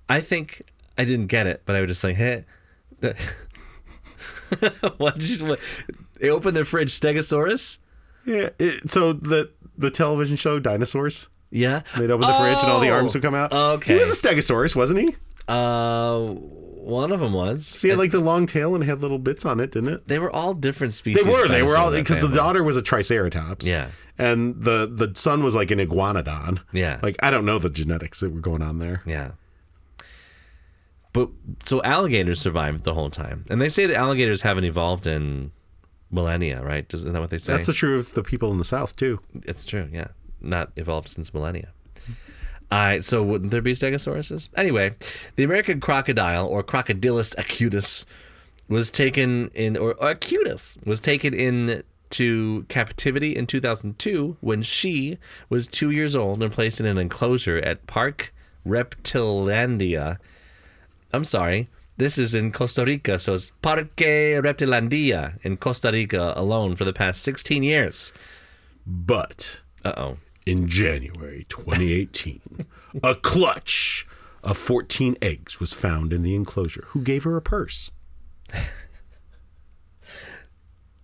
Speaker 1: i think i didn't get it but i was just like hey the- what, did you- what they opened their fridge stegosaurus
Speaker 2: Yeah. It, so the the television show Dinosaurs,
Speaker 1: yeah
Speaker 2: they'd open the fridge and all the arms would come out.
Speaker 1: okay
Speaker 2: He was a Stegosaurus, wasn't he?
Speaker 1: uh one of them was
Speaker 2: 'Cause He had like the long tail and had little bits on it, didn't it?
Speaker 1: they were all different
Speaker 2: They
Speaker 1: species
Speaker 2: were. They were
Speaker 1: dinosaurs
Speaker 2: all
Speaker 1: in that
Speaker 2: because the
Speaker 1: family.
Speaker 2: daughter was a Triceratops.
Speaker 1: Yeah.
Speaker 2: And the the son was like an iguanodon.
Speaker 1: Yeah.
Speaker 2: Like I don't know the genetics that were going on there.
Speaker 1: yeah but so alligators survived the whole time and they say that alligators haven't evolved in millennia right isn't that what they say
Speaker 2: That's the true of the people in the South too.
Speaker 1: It's true, yeah. Not evolved since millennia. I so wouldn't there be stegosauruses? Anyway, the American crocodile or Crocodilus acutus was taken in or, or acutus was taken in to captivity in 2002 when she was 2 years old and placed in an enclosure at Park Reptilandia. I'm sorry. This is in Costa Rica, so it's Parque Reptilandia in Costa Rica alone for the past 16 years.
Speaker 2: But
Speaker 1: Uh-oh.
Speaker 2: in January 2018, a clutch of 14 eggs was found in the enclosure. Who gave her a purse?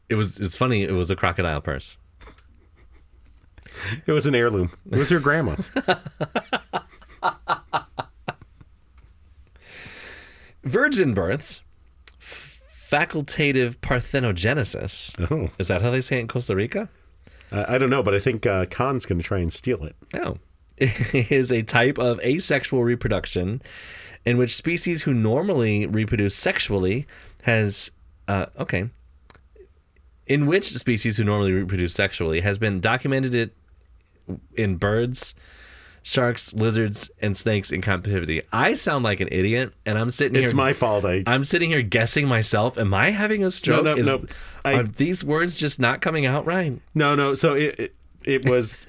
Speaker 1: It was it's funny, it was a crocodile purse.
Speaker 2: It was an heirloom. It was her grandma's.
Speaker 1: virgin births, facultative parthenogenesis.
Speaker 2: Oh.
Speaker 1: Is that how they say it in Costa Rica?
Speaker 2: I, I don't know, but I think uh, Khan's going to try and steal it.
Speaker 1: No. It is a type of asexual reproduction in which species who normally reproduce sexually has uh, okay in which species who normally reproduce sexually has been documented it in birds sharks lizards and snakes in captivity i sound like an idiot and i'm sitting here
Speaker 2: It's my fault. I
Speaker 1: I'm sitting here guessing myself. Am I having a stroke?
Speaker 2: no,
Speaker 1: Is-
Speaker 2: no. I-
Speaker 1: are these words just not coming out right?
Speaker 2: no no. So it it, it was.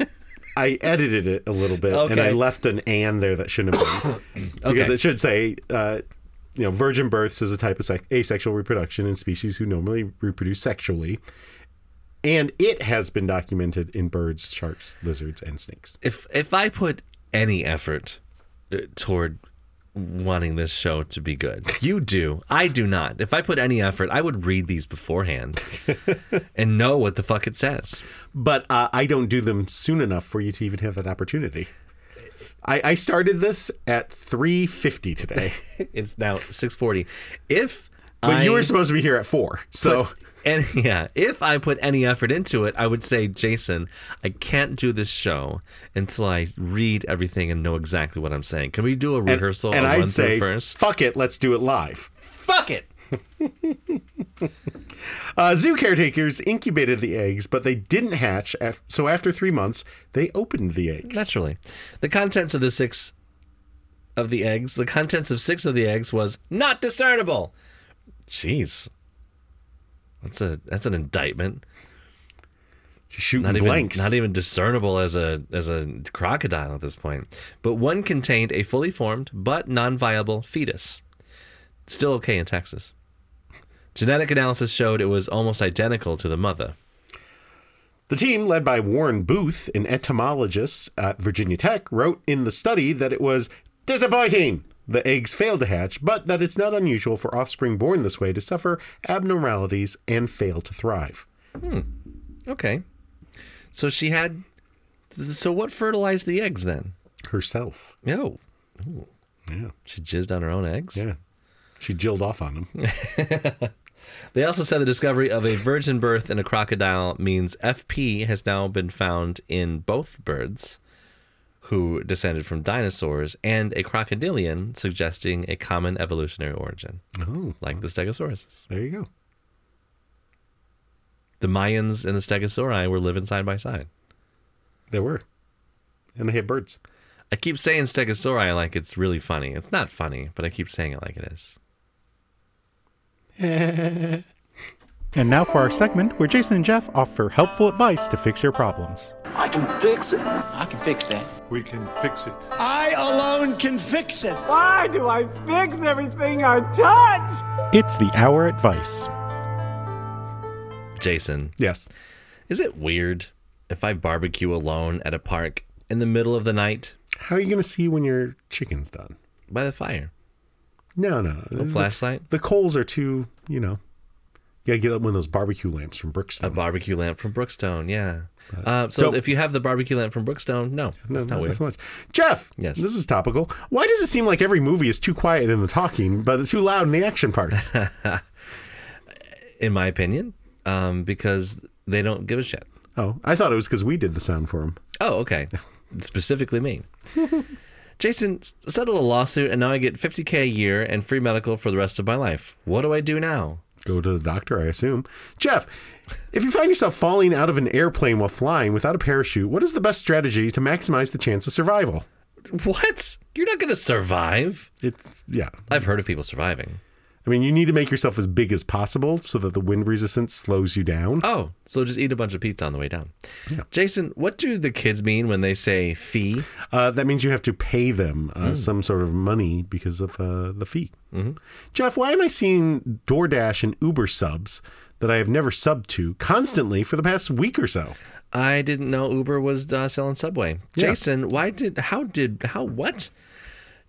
Speaker 2: I edited it a little bit, and
Speaker 1: Okay.
Speaker 2: I left an "and" there that shouldn't have been, because
Speaker 1: Okay.
Speaker 2: it should say, uh, you know, virgin births is a type of sex- asexual reproduction in species who normally reproduce sexually, and it has been documented in birds, sharks, lizards, and snakes.
Speaker 1: If if I put any effort uh, toward wanting this show to be good, you do. I do not. If I put any effort, I would read these beforehand and know what the fuck it says.
Speaker 2: but uh, I don't do them soon enough for you to even have that opportunity. I, I started this at 3:50 today,
Speaker 1: It's now 6:40. If
Speaker 2: but
Speaker 1: I
Speaker 2: you were supposed to be here at four. So
Speaker 1: and yeah, if I put any effort into it, I would say, Jason, I can't do this show until I read everything and know exactly what I'm saying. Can we do a rehearsal
Speaker 2: and
Speaker 1: a run
Speaker 2: I'd
Speaker 1: through
Speaker 2: say,
Speaker 1: first?
Speaker 2: fuck it, let's do it live.
Speaker 1: Fuck it.
Speaker 2: Uh, zoo caretakers incubated the eggs, but they didn't hatch. Af- so after three months, they opened the eggs.
Speaker 1: Naturally, the contents of the six of the eggs, the contents of six of the eggs was not discernible. Jeez, that's a that's an indictment.
Speaker 2: Shooting
Speaker 1: not even
Speaker 2: blanks.
Speaker 1: not e- even discernible as a as a crocodile at this point. But one contained a fully formed but non-viable fetus. Still okay in Texas. Genetic analysis showed it was almost identical to the mother.
Speaker 2: The team, led by Warren Booth, an entomologist at Virginia Tech, wrote in the study that it was disappointing. The eggs failed to hatch, but that it's not unusual for offspring born this way to suffer abnormalities and fail to thrive.
Speaker 1: Okay. So she had so what fertilized the eggs then?
Speaker 2: Herself.
Speaker 1: No.
Speaker 2: Yeah.
Speaker 1: Oh. She jizzed on her own eggs.
Speaker 2: Yeah. She jilled off on him.
Speaker 1: They also said the discovery of a virgin birth in a crocodile means FP has now been found in both birds who descended from dinosaurs and a crocodilian, suggesting a common evolutionary origin,
Speaker 2: Oh,
Speaker 1: like the stegosauruses.
Speaker 2: there you go.
Speaker 1: The Mayans and the stegosauri were living side by side.
Speaker 2: There were. And they had birds.
Speaker 1: I keep saying stegosauri like it's really funny. It's not funny, but I keep saying it like it is.
Speaker 3: And now for our segment where Jason and Jeff offer helpful advice to fix your problems.
Speaker 4: I can fix it.
Speaker 5: I can fix that.
Speaker 6: We can fix it.
Speaker 7: I alone can fix it.
Speaker 8: Why do I fix everything I touch?
Speaker 3: It's the Hour Advice.
Speaker 1: Jason,
Speaker 2: Yes.
Speaker 1: is it weird if I barbecue alone at a park in the middle of the night
Speaker 2: How are you going to see when your chicken's done?
Speaker 1: by the fire?
Speaker 2: No, no.
Speaker 1: A flashlight?
Speaker 2: The coals are too, you know. You got to get up one of those barbecue lamps from
Speaker 1: A
Speaker 2: Brookstone.
Speaker 1: barbecue lamp from Brookstone, yeah. Uh, so
Speaker 2: Don't-
Speaker 1: if you have the barbecue lamp from Brookstone, no, that's not
Speaker 2: not
Speaker 1: weird.
Speaker 2: as much. Jeff,
Speaker 1: Yes.
Speaker 2: this is topical. Why does it seem like every movie is too quiet in the talking, but it's too loud in the action parts?
Speaker 1: In my opinion, um, because they don't give a shit.
Speaker 2: oh, I thought it was because we did the sound for him.
Speaker 1: Oh, okay. Specifically me. Jason s- settled a lawsuit, and now I get 50k a year and free medical for the rest of my life. What do I do now?
Speaker 2: Go to the doctor, I assume. Jeff, if you find yourself falling out of an airplane while flying without a parachute, what is the best strategy to maximize the chance of survival?
Speaker 1: What? You're not gonna survive.
Speaker 2: It's yeah.
Speaker 1: I've heard of people surviving.
Speaker 2: I mean, you need to make yourself as big as possible so that the wind resistance slows you down.
Speaker 1: Oh, so just eat a bunch of pizza on the way down. Jason, what do the kids mean when they say fee?
Speaker 2: Uh, that means you have to pay them uh, some sort of money because of uh, the fee. Jeff, why am I seeing DoorDash and Uber subs that I have never subbed to constantly for the past week or so?
Speaker 1: I didn't know Uber was uh, selling Subway.
Speaker 2: Yeah.
Speaker 1: Jason, why did how did how what?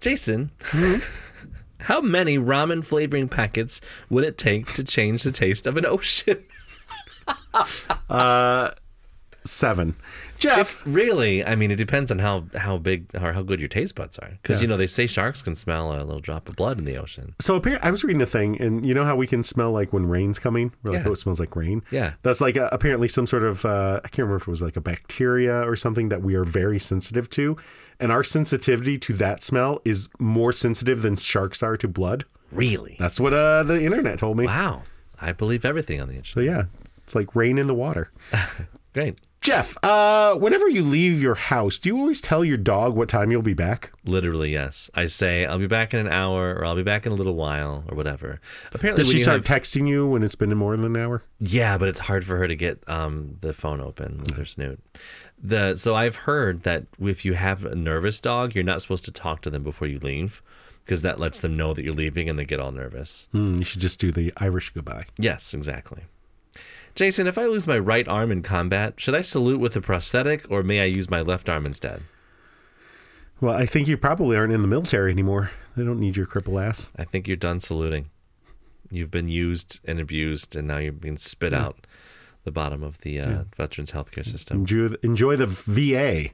Speaker 1: Jason, Mm-hmm. how many ramen flavoring packets would it take to change the taste of an ocean?
Speaker 2: Seven. Jeff,
Speaker 1: really? I mean, it depends on how how big or how good your taste buds are. Because you know they say sharks can smell a little drop of blood in the ocean.
Speaker 2: So apparently, I was reading a thing, and you know how we can smell like when rain's coming. We're like,
Speaker 1: Yeah.
Speaker 2: oh, it smells like rain.
Speaker 1: Yeah.
Speaker 2: that's like uh apparently some sort of uh, I can't remember if it was like a bacteria or something that we are very sensitive to, and our sensitivity to that smell is more sensitive than sharks are to blood.
Speaker 1: Really?
Speaker 2: That's what uh, the internet told me.
Speaker 1: Wow. I believe everything on the internet.
Speaker 2: So yeah, it's like rain in the water.
Speaker 1: Great.
Speaker 2: Jeff, uh, whenever you leave your house, do you always tell your dog what time you'll be back?
Speaker 1: Literally, yes. I say I'll be back in an hour, or I'll be back in a little while, or whatever. Apparently,
Speaker 2: Does
Speaker 1: when
Speaker 2: she
Speaker 1: you
Speaker 2: start
Speaker 1: have,
Speaker 2: texting you when it's been more than an hour?
Speaker 1: yeah, but it's hard for her to get um, the phone open with her snoot. The so I've heard that if you have a nervous dog, you're not supposed to talk to them before you leave, because that lets them know that you're leaving, and they get all nervous.
Speaker 2: Hmm, you should just do the Irish goodbye.
Speaker 1: Yes, exactly. Jason, if I lose my right arm in combat, should I salute with a prosthetic, or may I use my left arm instead?
Speaker 2: Well, I think you probably aren't in the military anymore. They don't need your cripple ass.
Speaker 1: I think you're done saluting. You've been used and abused, and now you're being spit
Speaker 2: Hmm.
Speaker 1: out the bottom of the uh, veterans healthcare system.
Speaker 2: Enjoy the, enjoy the VA.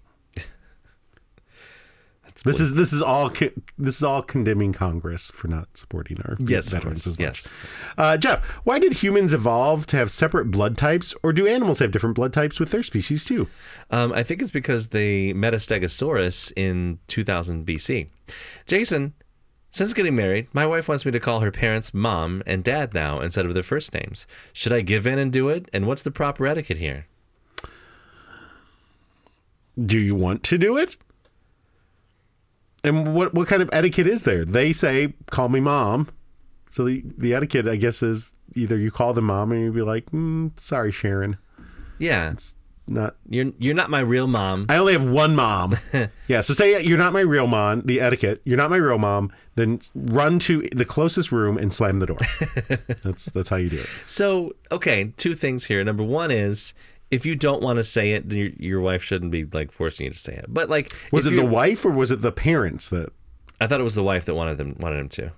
Speaker 2: this is this is all co- this is all condemning Congress for not supporting our
Speaker 1: Yes, of
Speaker 2: veterans
Speaker 1: course.
Speaker 2: as much.
Speaker 1: Yes.
Speaker 2: Uh, Jeff, why did humans evolve to have separate blood types, or do animals have different blood types with their species too?
Speaker 1: Um, I think it's because they met a stegosaurus in 2000 BC. Jason, since getting married, my wife wants me to call her parents mom and dad now instead of their first names. Should I give in and do it? And what's the proper etiquette here?
Speaker 2: Do you want to do it? And what what kind of etiquette is there? They say, "Call me mom." So the the etiquette, I guess, is either you call them mom, and you be like, mm, "Sorry, Sharon."
Speaker 1: Yeah,
Speaker 2: Not
Speaker 1: you're you're not my real mom.
Speaker 2: I only have one mom. yeah, so say you're not my real mom, the etiquette, you're not my real mom, then run to the closest room and slam the door. that's that's how you do it.
Speaker 1: So, okay, two things here. Number one is if you don't want to say it, then your, your wife shouldn't be like forcing you to say it. But like,
Speaker 2: Was
Speaker 1: if
Speaker 2: it the
Speaker 1: you're-
Speaker 2: wife or was it the parents that
Speaker 1: I thought it was the wife that wanted them wanted him to.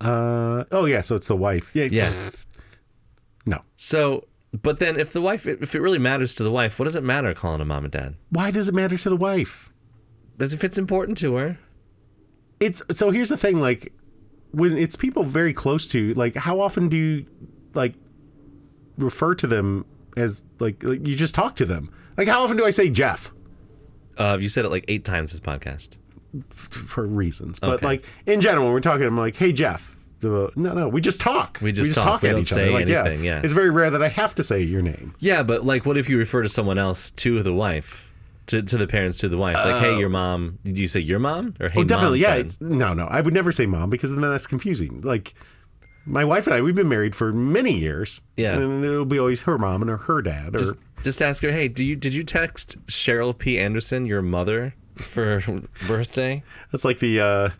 Speaker 2: uh oh yeah, so it's the wife. Yeah.
Speaker 1: Yeah.
Speaker 2: No.
Speaker 1: So, but then if the wife, if it really matters to the wife, what does it matter calling a mom and dad?
Speaker 2: Why does it matter to the wife?
Speaker 1: Because if it's important to her,
Speaker 2: It's so here's the thing, like when it's people very close to, like how often do you like refer to them as like, like you just talk to them? Like how often do I say Jeff?
Speaker 1: uh, you said it like eight times this podcast.
Speaker 2: for reasons. But
Speaker 1: Okay.
Speaker 2: like in general, when we're talking. I'm like, hey Jeff. The- No, no, we just talk.
Speaker 1: We just talk. We
Speaker 2: at
Speaker 1: don't
Speaker 2: each
Speaker 1: say
Speaker 2: other. Like,
Speaker 1: anything, yeah.
Speaker 2: it's very rare that I have to say your name.
Speaker 1: Yeah, but like, what if you refer to someone else to the wife? To, to the parents, to the wife, like, hey, your mom. Did you say your mom or hey,
Speaker 2: oh, definitely,
Speaker 1: mom?
Speaker 2: yeah.
Speaker 1: son?
Speaker 2: it's- No, no, I would never say mom because then that's confusing. Like my wife and I, we've been married for many years.
Speaker 1: Yeah.
Speaker 2: and it'll be always her mom and or her dad. Or
Speaker 1: Just, just ask her. Hey, do you did you text Cheryl P. Anderson, your mother, for her birthday?
Speaker 2: that's like the uh,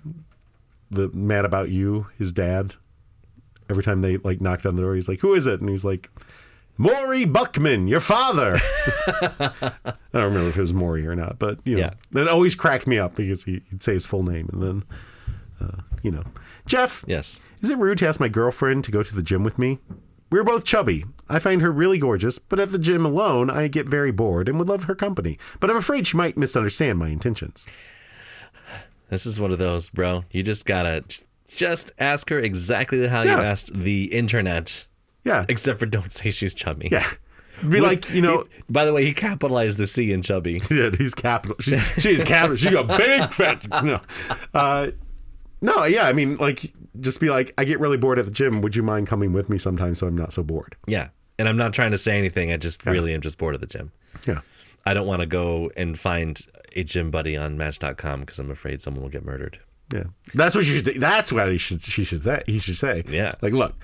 Speaker 2: the mad about you, his dad. Every time they like knocked on the door, he's like, "Who is it?" And he's like, "Maury Buckman, your father." I don't remember if it was Maury or not, but you know,
Speaker 1: Yeah.
Speaker 2: that always cracked me up because he, he'd say his full name, and then, uh, you know, Jeff.
Speaker 1: Yes.
Speaker 2: Is it rude to ask my girlfriend to go to the gym with me? We're both chubby. I find her really gorgeous, but at the gym alone, I get very bored and would love her company. But I'm afraid she might misunderstand my intentions.
Speaker 1: This is one of those, bro. You just gotta just ask her exactly how
Speaker 2: Yeah.
Speaker 1: you asked the internet.
Speaker 2: Yeah,
Speaker 1: Except for don't say she's chubby.
Speaker 2: yeah. Be like, you know,
Speaker 1: He- by the way, he capitalized the C in chubby.
Speaker 2: Yeah, he's capital. She, she's capital. She's a big fat. No, uh, no, yeah. I mean, like, just be like, I get really bored at the gym. Would you mind coming with me sometime so I'm not so bored?
Speaker 1: Yeah. And I'm not trying to say anything. I just really am just bored of the gym.
Speaker 2: Yeah.
Speaker 1: I don't want to go and find a gym buddy on Match.com because I'm afraid someone will get murdered.
Speaker 2: Yeah, that's what you should. That's what he should. She should. Say, he should say.
Speaker 1: Yeah.
Speaker 2: Like, look,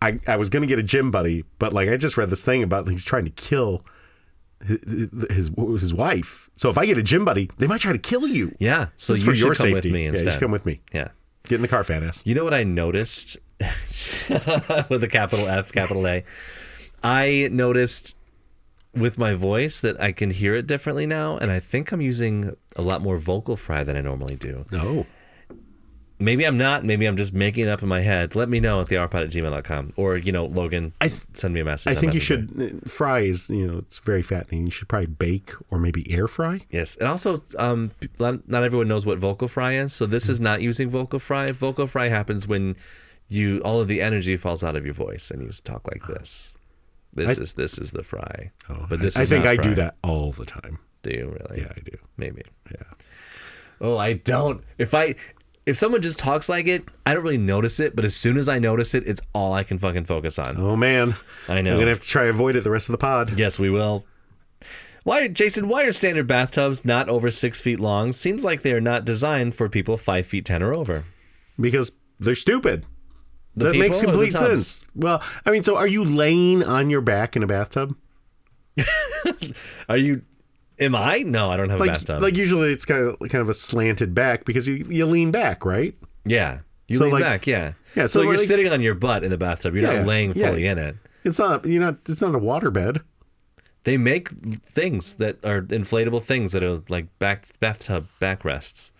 Speaker 2: I I was gonna get a gym buddy, but like I just read this thing about he's trying to kill his his, his wife. So if I get a gym buddy, they might try to kill you.
Speaker 1: Yeah, so
Speaker 2: This is
Speaker 1: you should come with me
Speaker 2: yeah,
Speaker 1: instead.
Speaker 2: you should come with me.
Speaker 1: Yeah.
Speaker 2: Get in the car, fat ass.
Speaker 1: You know what I noticed with a capital F, capital A? I noticed with my voice that I can hear it differently now, and I think I'm using a lot more vocal fry than I normally do.
Speaker 2: No.
Speaker 1: Maybe I'm not. Maybe I'm just making it up in my head. Let me know at thehourpod at gmail.com. Or, you know, Logan,
Speaker 2: I th-
Speaker 1: send me a message.
Speaker 2: I
Speaker 1: on
Speaker 2: think you
Speaker 1: Messenger.
Speaker 2: should uh, fry is you know it's very fattening. You should probably bake or maybe air fry.
Speaker 1: Yes, and also, um, p- not not everyone knows what vocal fry is, so this is
Speaker 2: Mm-hmm.
Speaker 1: not using vocal fry. Vocal fry happens when you all of the energy falls out of your voice and you just talk like this. This is this is the fry. Oh, but this
Speaker 2: Oh, I, I
Speaker 1: is
Speaker 2: think
Speaker 1: not
Speaker 2: I
Speaker 1: fry.
Speaker 2: do that all the time.
Speaker 1: Do you really?
Speaker 2: Yeah, I do.
Speaker 1: Maybe.
Speaker 2: Yeah.
Speaker 1: Oh, I don't. If I if someone just talks like it, I don't really notice it. But as soon as I notice it, it's all I can fucking focus on.
Speaker 2: Oh man.
Speaker 1: I know.
Speaker 2: I'm gonna have to try avoid it the rest of the pod.
Speaker 1: Yes, we will. Why, Jason? Why are standard bathtubs not over six feet long? Seems like they are not designed for people five feet ten or over.
Speaker 2: because they're stupid. that
Speaker 1: people
Speaker 2: makes
Speaker 1: or the
Speaker 2: complete
Speaker 1: tubs?
Speaker 2: sense. Well, I mean, so are you laying on your back in a bathtub?
Speaker 1: Are you? Am I? No, I don't have a
Speaker 2: Like,
Speaker 1: bathtub.
Speaker 2: like usually it's kind of kind of a slanted back because you, you lean back, right?
Speaker 1: yeah, you
Speaker 2: So,
Speaker 1: lean
Speaker 2: like-
Speaker 1: back. Yeah.
Speaker 2: Yeah,
Speaker 1: So,
Speaker 2: so,
Speaker 1: you're
Speaker 2: like-
Speaker 1: sitting on your butt in the bathtub. You're
Speaker 2: Yeah,
Speaker 1: not laying
Speaker 2: yeah.
Speaker 1: fully in it.
Speaker 2: It's not you know it's not a waterbed.
Speaker 1: They make things that are inflatable things that are like back bathtub backrests,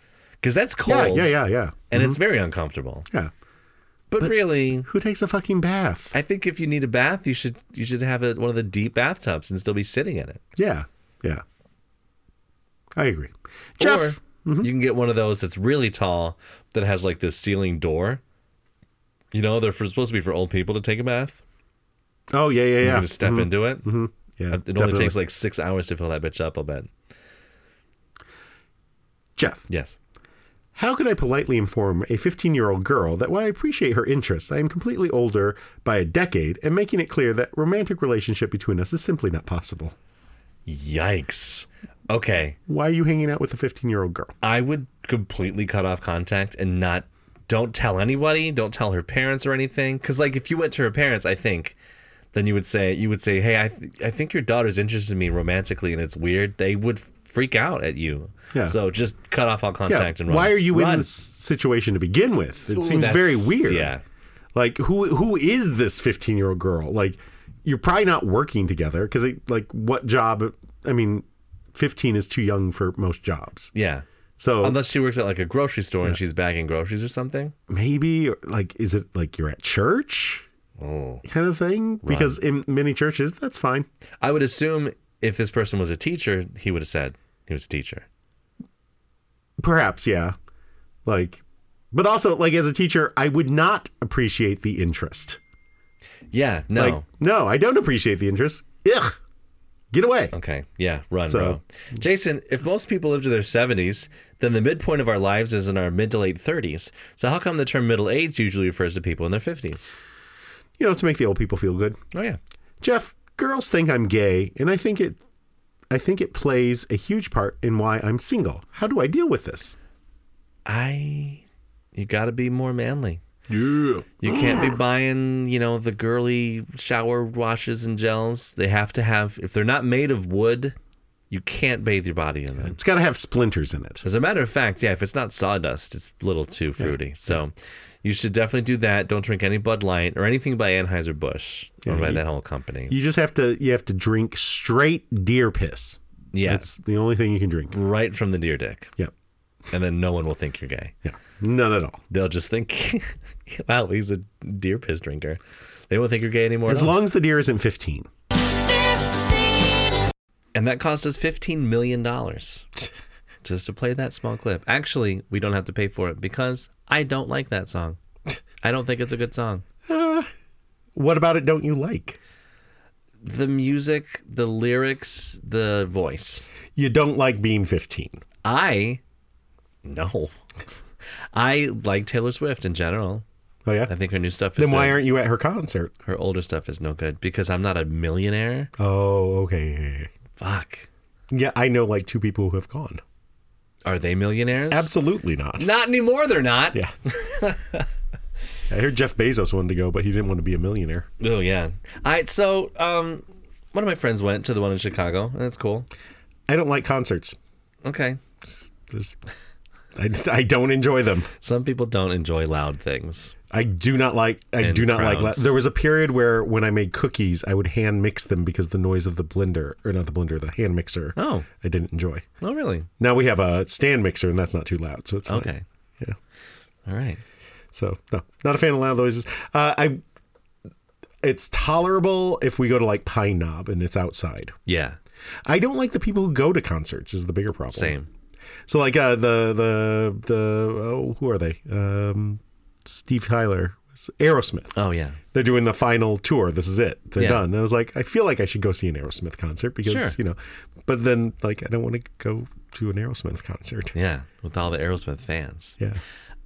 Speaker 1: because that's
Speaker 2: Yeah,
Speaker 1: cold.
Speaker 2: yeah, yeah, Mm-hmm. yeah,
Speaker 1: And it's very uncomfortable.
Speaker 2: yeah.
Speaker 1: But, really,
Speaker 2: Who takes a fucking bath?
Speaker 1: I think if you need a bath, you should you should have a, one of the deep bathtubs and still be sitting in it.
Speaker 2: Yeah, yeah. I agree. Jeff, Mm-hmm.
Speaker 1: Or you can get one of those that's really tall that has like this ceiling door. You know, they're for, supposed to be for old people to take a bath.
Speaker 2: oh yeah, yeah, Mm-hmm.
Speaker 1: You're
Speaker 2: yeah.
Speaker 1: gonna step into it.
Speaker 2: yeah,
Speaker 1: It only takes like six hours to fill that bitch up. I'll bet.
Speaker 2: Jeff.
Speaker 1: Yes.
Speaker 2: How could I politely inform a 15 year old girl that while I appreciate her interests, I am completely older by a decade and making it clear that romantic relationship between us is simply not possible?
Speaker 1: Yikes. Okay,
Speaker 2: Why are you hanging out with a 15 year old girl?
Speaker 1: I would completely cut off contact and not. Don't tell anybody. Don't tell her parents or anything. Because like, if you went to her parents, I think, then you would say you would say, "Hey, I th- I think your daughter's interested in me romantically, and it's weird." They would freak out at you.
Speaker 2: Yeah.
Speaker 1: So just cut off all
Speaker 2: Yeah,
Speaker 1: contact and run.
Speaker 2: why are you in
Speaker 1: Run.
Speaker 2: this situation to begin with? It
Speaker 1: Ooh,
Speaker 2: seems
Speaker 1: that's-
Speaker 2: very weird.
Speaker 1: Yeah.
Speaker 2: Like who who is this 15 year old girl? Like you're probably not working together because like what job? I mean, 15 is too young for most jobs.
Speaker 1: Yeah.
Speaker 2: So
Speaker 1: Unless she works at like a grocery store and she's bagging groceries or something.
Speaker 2: maybe or, like is it like you're at church?
Speaker 1: Oh.
Speaker 2: kind of thing because in many churches that's fine
Speaker 1: I would assume if this person was a teacher, he would have said he was a teacher.
Speaker 2: perhaps yeah like but also like as a teacher i would not appreciate the interest
Speaker 1: Yeah, no.
Speaker 2: like no i don't appreciate the interest ugh get away
Speaker 1: okay, yeah, run,
Speaker 2: So-
Speaker 1: bro. Jason, if most people live to their 70s, then the midpoint of our lives is in our mid to late 30s. So how come the term middle age usually refers to people in their 50s?
Speaker 2: you know to make the old people feel good
Speaker 1: Oh, yeah.
Speaker 2: jeff girls think i'm gay and i think it i think it plays a huge part in why i'm single how do i deal with this
Speaker 1: I, you got to be more manly. Yeah. You can't be buying, you know, the girly shower washes and gels. They have to have, if they're not made of wood, you can't bathe your body in them.
Speaker 2: it's got to have splinters in it
Speaker 1: As a matter of fact, yeah, if it's not sawdust, it's a little too fruity. So you should definitely do that. Don't drink any Bud Light or anything by Anheuser-Busch or by that whole company.
Speaker 2: you just have to you have to drink straight deer piss
Speaker 1: yeah.
Speaker 2: that's the only thing you can drink
Speaker 1: right from the deer dick.
Speaker 2: yep
Speaker 1: And then no one will think you're gay.
Speaker 2: yeah none at all
Speaker 1: They'll just think, wow, he's a deer piss drinker. They won't think you're gay anymore. at
Speaker 2: As
Speaker 1: all.
Speaker 2: long as the deer isn't 15.
Speaker 1: And that cost us $15 million just to play that small clip. Actually, we don't have to pay for it because I don't like that song. I don't think it's a good song.
Speaker 2: What about it don't you like?
Speaker 1: The music, the lyrics, the voice.
Speaker 2: You don't like being 15.
Speaker 1: I, no. I like Taylor Swift in general.
Speaker 2: Oh,
Speaker 1: I
Speaker 2: yeah?
Speaker 1: think her new stuff is
Speaker 2: Then why
Speaker 1: good.
Speaker 2: aren't you at her concert?
Speaker 1: her older stuff is no good because I'm not a millionaire.
Speaker 2: Oh, okay.
Speaker 1: Fuck.
Speaker 2: Yeah, I know like two people who have gone.
Speaker 1: Are they millionaires?
Speaker 2: Absolutely not.
Speaker 1: Not anymore. They're not.
Speaker 2: Yeah. I heard Jeff Bezos wanted to go, but he didn't want to be a millionaire.
Speaker 1: Oh yeah. All right. So, um, one of my friends went to the one in Chicago, and it's cool.
Speaker 2: I don't like concerts.
Speaker 1: Okay.
Speaker 2: There's, I, I don't enjoy them.
Speaker 1: Some people don't enjoy loud things.
Speaker 2: I do not like. I
Speaker 1: And
Speaker 2: do not like.
Speaker 1: crowds.
Speaker 2: la- There was a period where when I made cookies, I would hand mix them because the noise of the blender, or not the blender, the hand mixer.
Speaker 1: Oh.
Speaker 2: I didn't enjoy.
Speaker 1: Oh really?
Speaker 2: Now we have a stand mixer, and that's not too loud, so it's fine.
Speaker 1: Okay.
Speaker 2: Yeah.
Speaker 1: All right.
Speaker 2: So no, not a fan of loud noises. Uh, I. It's tolerable if we go to like Pine Knob and it's outside.
Speaker 1: Yeah.
Speaker 2: I don't like the people who go to concerts. Is the bigger problem.
Speaker 1: Same.
Speaker 2: So like uh, the the the oh, who are they? Um, Steve Tyler, Aerosmith.
Speaker 1: Oh yeah.
Speaker 2: they're doing the final tour. This is it. They're
Speaker 1: Yeah.
Speaker 2: done. And I was like, I feel like I should go see an Aerosmith concert because
Speaker 1: Sure.
Speaker 2: you know, but then like I don't want to go to an Aerosmith concert.
Speaker 1: Yeah. With all the Aerosmith fans.
Speaker 2: Yeah,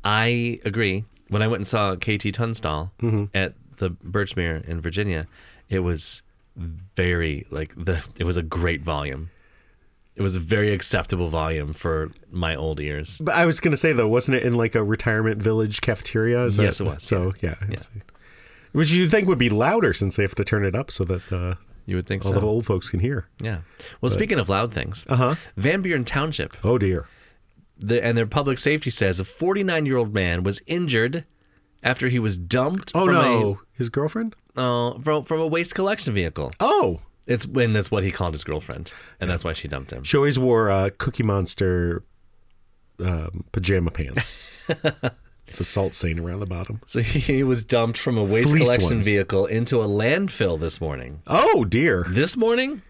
Speaker 1: I agree. When I went and saw KT Tunstall
Speaker 2: Mm-hmm.
Speaker 1: at the Birchmere in Virginia, it was very like the it was a great volume. It was a very acceptable volume for my old ears.
Speaker 2: but I was gonna say though, wasn't it in like a retirement village cafeteria? Is
Speaker 1: Yes, it was,
Speaker 2: So yeah, which you'd think would be louder since they have to turn it up so that uh,
Speaker 1: You would think
Speaker 2: all
Speaker 1: so.
Speaker 2: the old folks can hear.
Speaker 1: yeah. Well, speaking of loud things, uh-huh. Van Buren Township
Speaker 2: Oh dear.
Speaker 1: the, and their public safety says a 49 year old man was injured after he was dumped
Speaker 2: Oh
Speaker 1: from
Speaker 2: no, his girlfriend.
Speaker 1: a uh, from, from a waste collection vehicle.
Speaker 2: Oh,
Speaker 1: It's when that's what he called his girlfriend, and that's why she dumped him.
Speaker 2: she always wore uh, Cookie Monster um, pajama pants. The salt stain around the bottom.
Speaker 1: So he was dumped from a waste
Speaker 2: Fleece
Speaker 1: collection
Speaker 2: ones.
Speaker 1: vehicle into a landfill this morning.
Speaker 2: Oh dear.
Speaker 1: This morning?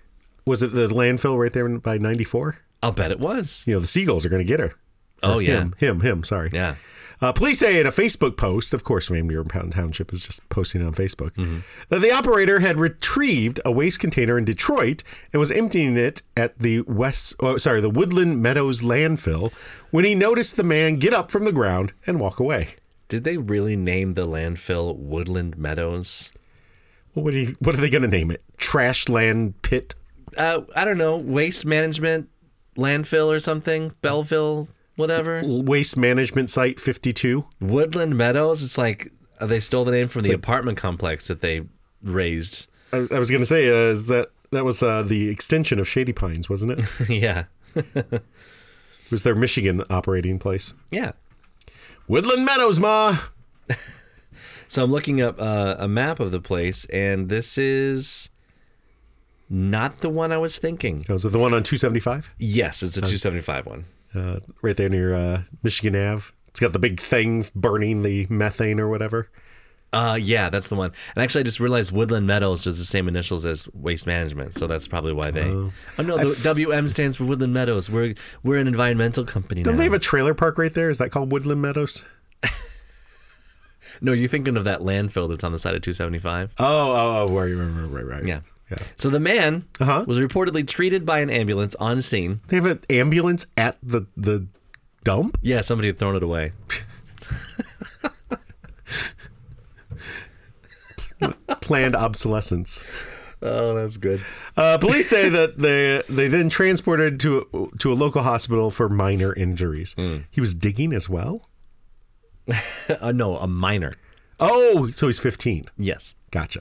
Speaker 2: Was it the landfill right there by 94?
Speaker 1: I'll bet it was.
Speaker 2: You know, the seagulls are going to get her.
Speaker 1: Oh yeah.
Speaker 2: Him, him, him, sorry.
Speaker 1: Yeah.
Speaker 2: Uh, police say in a Facebook post, of course, Van Buren Pound Township is just posting it on Facebook,
Speaker 1: Mm-hmm.
Speaker 2: that the operator had retrieved a waste container in Detroit and was emptying it at the West, oh, sorry, the Woodland Meadows landfill when he noticed the man get up from the ground and walk away.
Speaker 1: Did they really name the landfill Woodland Meadows?
Speaker 2: Well, what, do you, what are they going to name it? Trash land pit?
Speaker 1: Uh, I don't know. Waste management landfill or something. Belleville, whatever.
Speaker 2: Waste management site 52?
Speaker 1: Woodland Meadows. It's like uh, they stole the name from the apartment complex that they raised.
Speaker 2: I, I was going to say, uh, is that that was uh, the extension of Shady Pines, wasn't it?
Speaker 1: yeah.
Speaker 2: It was their Michigan operating place.
Speaker 1: Yeah.
Speaker 2: Woodland Meadows, Ma.
Speaker 1: So I'm looking up uh, a map of the place, and this is not the one I was thinking.
Speaker 2: Was it the one on 275?
Speaker 1: Yes, it's a 275 one.
Speaker 2: Uh, right there near uh, Michigan Ave. It's got the big thing burning the methane or whatever.
Speaker 1: Uh, yeah, that's the one. And actually, I just realized Woodland Meadows is the same initials as Waste Management, so that's probably why they. Oh, no, the WM stands for Woodland Meadows. We're we're an environmental company
Speaker 2: Don't
Speaker 1: now.
Speaker 2: they have a trailer park right there? Is that called Woodland Meadows?
Speaker 1: No, you're thinking of that landfill that's on the side of 275.
Speaker 2: Oh, oh, oh, right, right, right, right, right.
Speaker 1: Uh, Yeah.
Speaker 2: Yeah.
Speaker 1: So the man
Speaker 2: Uh-huh.
Speaker 1: was reportedly treated by an ambulance on scene.
Speaker 2: They have an ambulance at the the dump.
Speaker 1: Yeah, somebody had thrown it away.
Speaker 2: Planned obsolescence.
Speaker 1: Oh, that's good.
Speaker 2: Uh, police say that they they then transported to to a local hospital for minor injuries.
Speaker 1: Hmm.
Speaker 2: He was digging as well.
Speaker 1: Uh, no, a minor.
Speaker 2: Oh, so he's 15.
Speaker 1: Yes.
Speaker 2: Gotcha.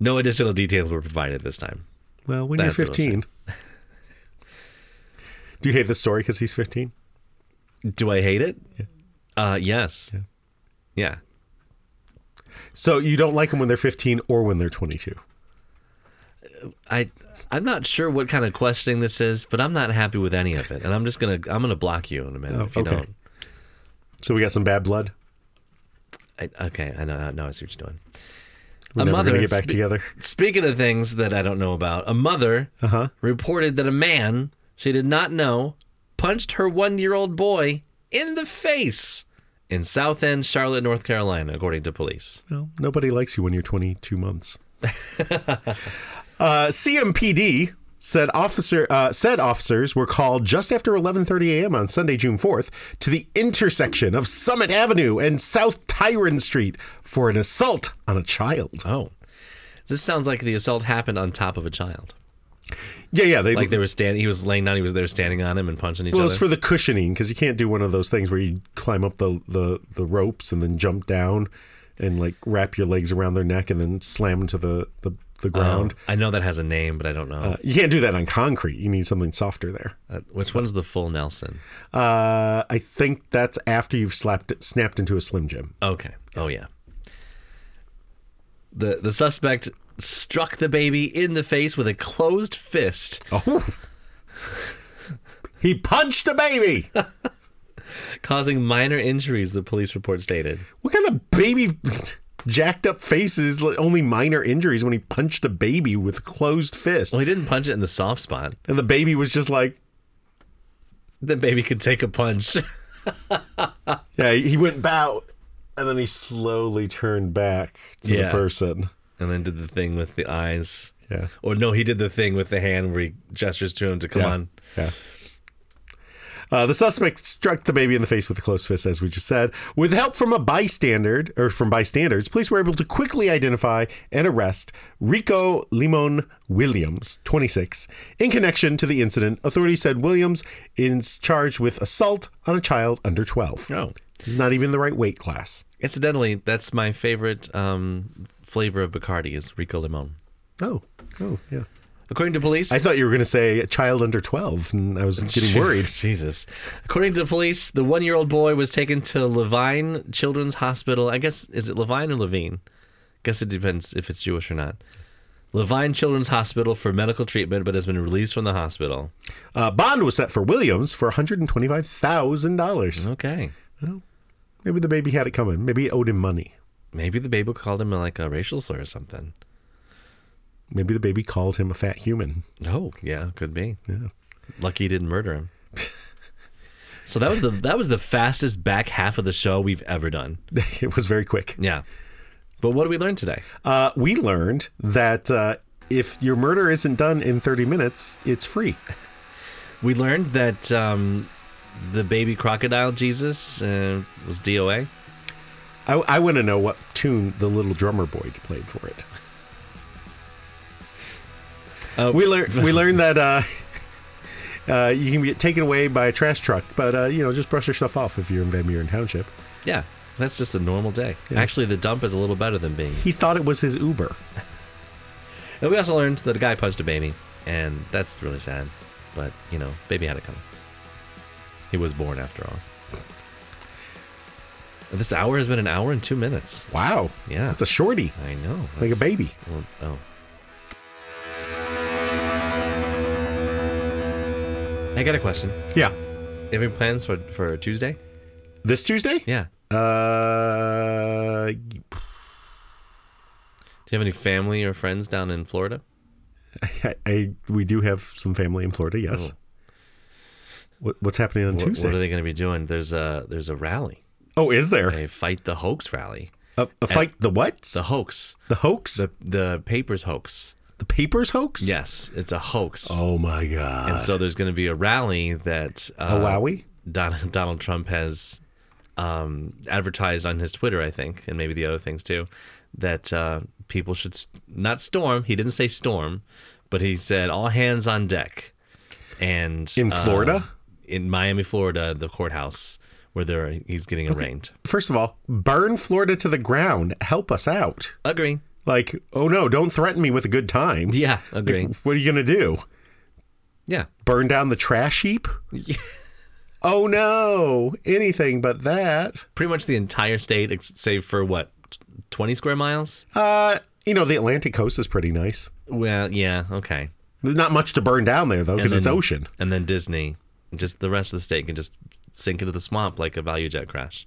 Speaker 1: No additional details were provided this time.
Speaker 2: Well, when
Speaker 1: That's
Speaker 2: you're
Speaker 1: what I'll say.
Speaker 2: 15. Do you hate this story because he's 15?
Speaker 1: Do I hate it? Uh, yes. Yeah.
Speaker 2: So you don't like them when they're 15 or when they're 22.
Speaker 1: I I'm not sure what kind of questioning this is, but I'm not happy with any of it, and I'm just gonna I'm gonna block you in a minute
Speaker 2: Oh,
Speaker 1: if you
Speaker 2: okay.
Speaker 1: don't.
Speaker 2: So we got some bad blood.
Speaker 1: I, okay, I know now I see what you're doing.
Speaker 2: We're
Speaker 1: A
Speaker 2: never
Speaker 1: mother-
Speaker 2: gonna get back
Speaker 1: spe-
Speaker 2: together.
Speaker 1: Speaking of things that I don't know about, a mother
Speaker 2: Uh-huh.
Speaker 1: reported that a man she did not know punched her one year old boy in the face in South End, Charlotte, North Carolina, according to police.
Speaker 2: Well, nobody likes you when you're 22 months. uh, CMPD said officer uh, said officers were called just after 11:30 a.m. on Sunday, June 4th, to the intersection of Summit Avenue and South Tyron Street for an assault on a child.
Speaker 1: Oh, this sounds like the assault happened on top of a child.
Speaker 2: Yeah, yeah. They,
Speaker 1: Like they were standing, he was laying down, he was there standing on him and punching each
Speaker 2: well,
Speaker 1: other.
Speaker 2: it's for the cushioning because you can't do one of those things where you climb up the, the, the ropes and then jump down and like wrap your legs around their neck and then slam into the, the,
Speaker 1: Oh.
Speaker 2: the ground.
Speaker 1: I know that has a name, but I don't know.
Speaker 2: Uh, you can't do that on concrete. You need something softer there.
Speaker 1: Uh, which one's the full Nelson?
Speaker 2: Uh, I think that's after you've slapped it, snapped into a slim jim.
Speaker 1: Okay. Oh yeah. The the suspect struck the baby in the face with a closed fist,
Speaker 2: Oh, he punched a baby.
Speaker 1: causing minor injuries, the police report stated.
Speaker 2: What kind of baby jacked up faces? like, Only minor injuries when he punched a baby with closed fist,
Speaker 1: Well, he didn't punch it in the soft spot.
Speaker 2: and the baby was just like,
Speaker 1: The baby could take a punch.
Speaker 2: yeah, he went bout, and then he slowly turned back to
Speaker 1: Yeah.
Speaker 2: the person.
Speaker 1: and then did the thing with the eyes.
Speaker 2: Yeah.
Speaker 1: Or no, he did the thing with the hand where he gestures to him to come
Speaker 2: Yeah.
Speaker 1: on.
Speaker 2: Yeah. Uh, the suspect struck the baby in the face with a closed fist, as we just said. With help from a bystander or from bystanders, police were able to quickly identify and arrest Rico Limon Williams, 26, in connection to the incident. Authorities said Williams is charged with assault on a child under 12.
Speaker 1: Oh.
Speaker 2: He's not even the right weight class.
Speaker 1: Incidentally, that's my favorite um, flavor of Bacardi is Rico Limon.
Speaker 2: Oh, oh, yeah.
Speaker 1: According to police,
Speaker 2: I thought you were going to say a child under 12, and I was getting worried.
Speaker 1: Jesus. According to the police, the one year old boy was taken to Levine Children's Hospital. I guess, is it Levine or Levine? guess it depends if it's Jewish or not. Levine Children's Hospital for medical treatment, but has been released from the hospital.
Speaker 2: Uh, bond was set for Williams for $125,000.
Speaker 1: Okay.
Speaker 2: Maybe the baby had it coming. Maybe it owed him money.
Speaker 1: Maybe the baby called him like a racial slur or something.
Speaker 2: Maybe the baby called him a fat human.
Speaker 1: Oh, yeah, could be. Yeah. Lucky he didn't murder him. so that was the that was the fastest back half of the show we've ever done.
Speaker 2: it was very quick.
Speaker 1: Yeah. But what did we learn today?
Speaker 2: Uh, we learned that uh, if your murder isn't done in 30 minutes, it's free.
Speaker 1: We learned that um, the baby crocodile Jesus uh, was DOA.
Speaker 2: I, I want to know what tune the little drummer boy played for it.
Speaker 1: Uh,
Speaker 2: We learned we learned that uh, uh, you can get taken away by a trash truck, but uh, you know just brush your stuff off if you're in Van Buren Township.
Speaker 1: yeah, that's just a normal day. Actually, the dump is a little better than being.
Speaker 2: He thought it was his Uber.
Speaker 1: And we also learned that a guy punched a baby, and that's really sad. But you know, baby had it coming. He was born after all. This hour has been an hour and two minutes.
Speaker 2: Wow.
Speaker 1: Yeah.
Speaker 2: That's a shorty.
Speaker 1: I know.
Speaker 2: Like a
Speaker 1: that's-
Speaker 2: baby.
Speaker 1: Well, oh. I got a question.
Speaker 2: Yeah.
Speaker 1: Any plans for for Tuesday?
Speaker 2: This Tuesday?
Speaker 1: Yeah.
Speaker 2: Uh,
Speaker 1: Do you have any family or friends down in Florida?
Speaker 2: I, I we do have some family in Florida. Yes. What, what's happening
Speaker 1: Oh.
Speaker 2: on
Speaker 1: What,
Speaker 2: Tuesday?
Speaker 1: what are they going to be doing? There's a there's a rally.
Speaker 2: oh, is there
Speaker 1: A fight the hoax rally.
Speaker 2: a, a fight? The what?
Speaker 1: The
Speaker 2: The,
Speaker 1: hoax.
Speaker 2: hoax? The,
Speaker 1: The papers hoax.
Speaker 2: papers hoax?
Speaker 1: Yes, it's a hoax.
Speaker 2: Oh my god.
Speaker 1: And so there's going to be a rally that uh,
Speaker 2: a wowie?
Speaker 1: Don- Donald Trump has um, advertised on his Twitter, I think, and maybe the other things too, that uh, people should s not storm. He didn't say storm, but he said all hands on deck. And
Speaker 2: In
Speaker 1: uh,
Speaker 2: Florida?
Speaker 1: in Miami, Florida, the courthouse where they're he's getting arraigned.
Speaker 2: First of all, burn Florida to the ground. Help us out.
Speaker 1: Agree.
Speaker 2: Like, oh no, don't threaten me with a good time.
Speaker 1: Yeah, agree.
Speaker 2: What are you gonna do?
Speaker 1: Yeah,
Speaker 2: Burn down the trash heap? oh no, anything but that.
Speaker 1: pretty much the entire state, ex- save for what, t- twenty square miles?
Speaker 2: Uh, you know, the Atlantic coast is pretty nice.
Speaker 1: Well, yeah, okay.
Speaker 2: There's not much to burn down there though, because
Speaker 1: And
Speaker 2: it's
Speaker 1: then-
Speaker 2: ocean.
Speaker 1: And then Disney, just the rest of the state can just sink into the swamp like a value jet crash.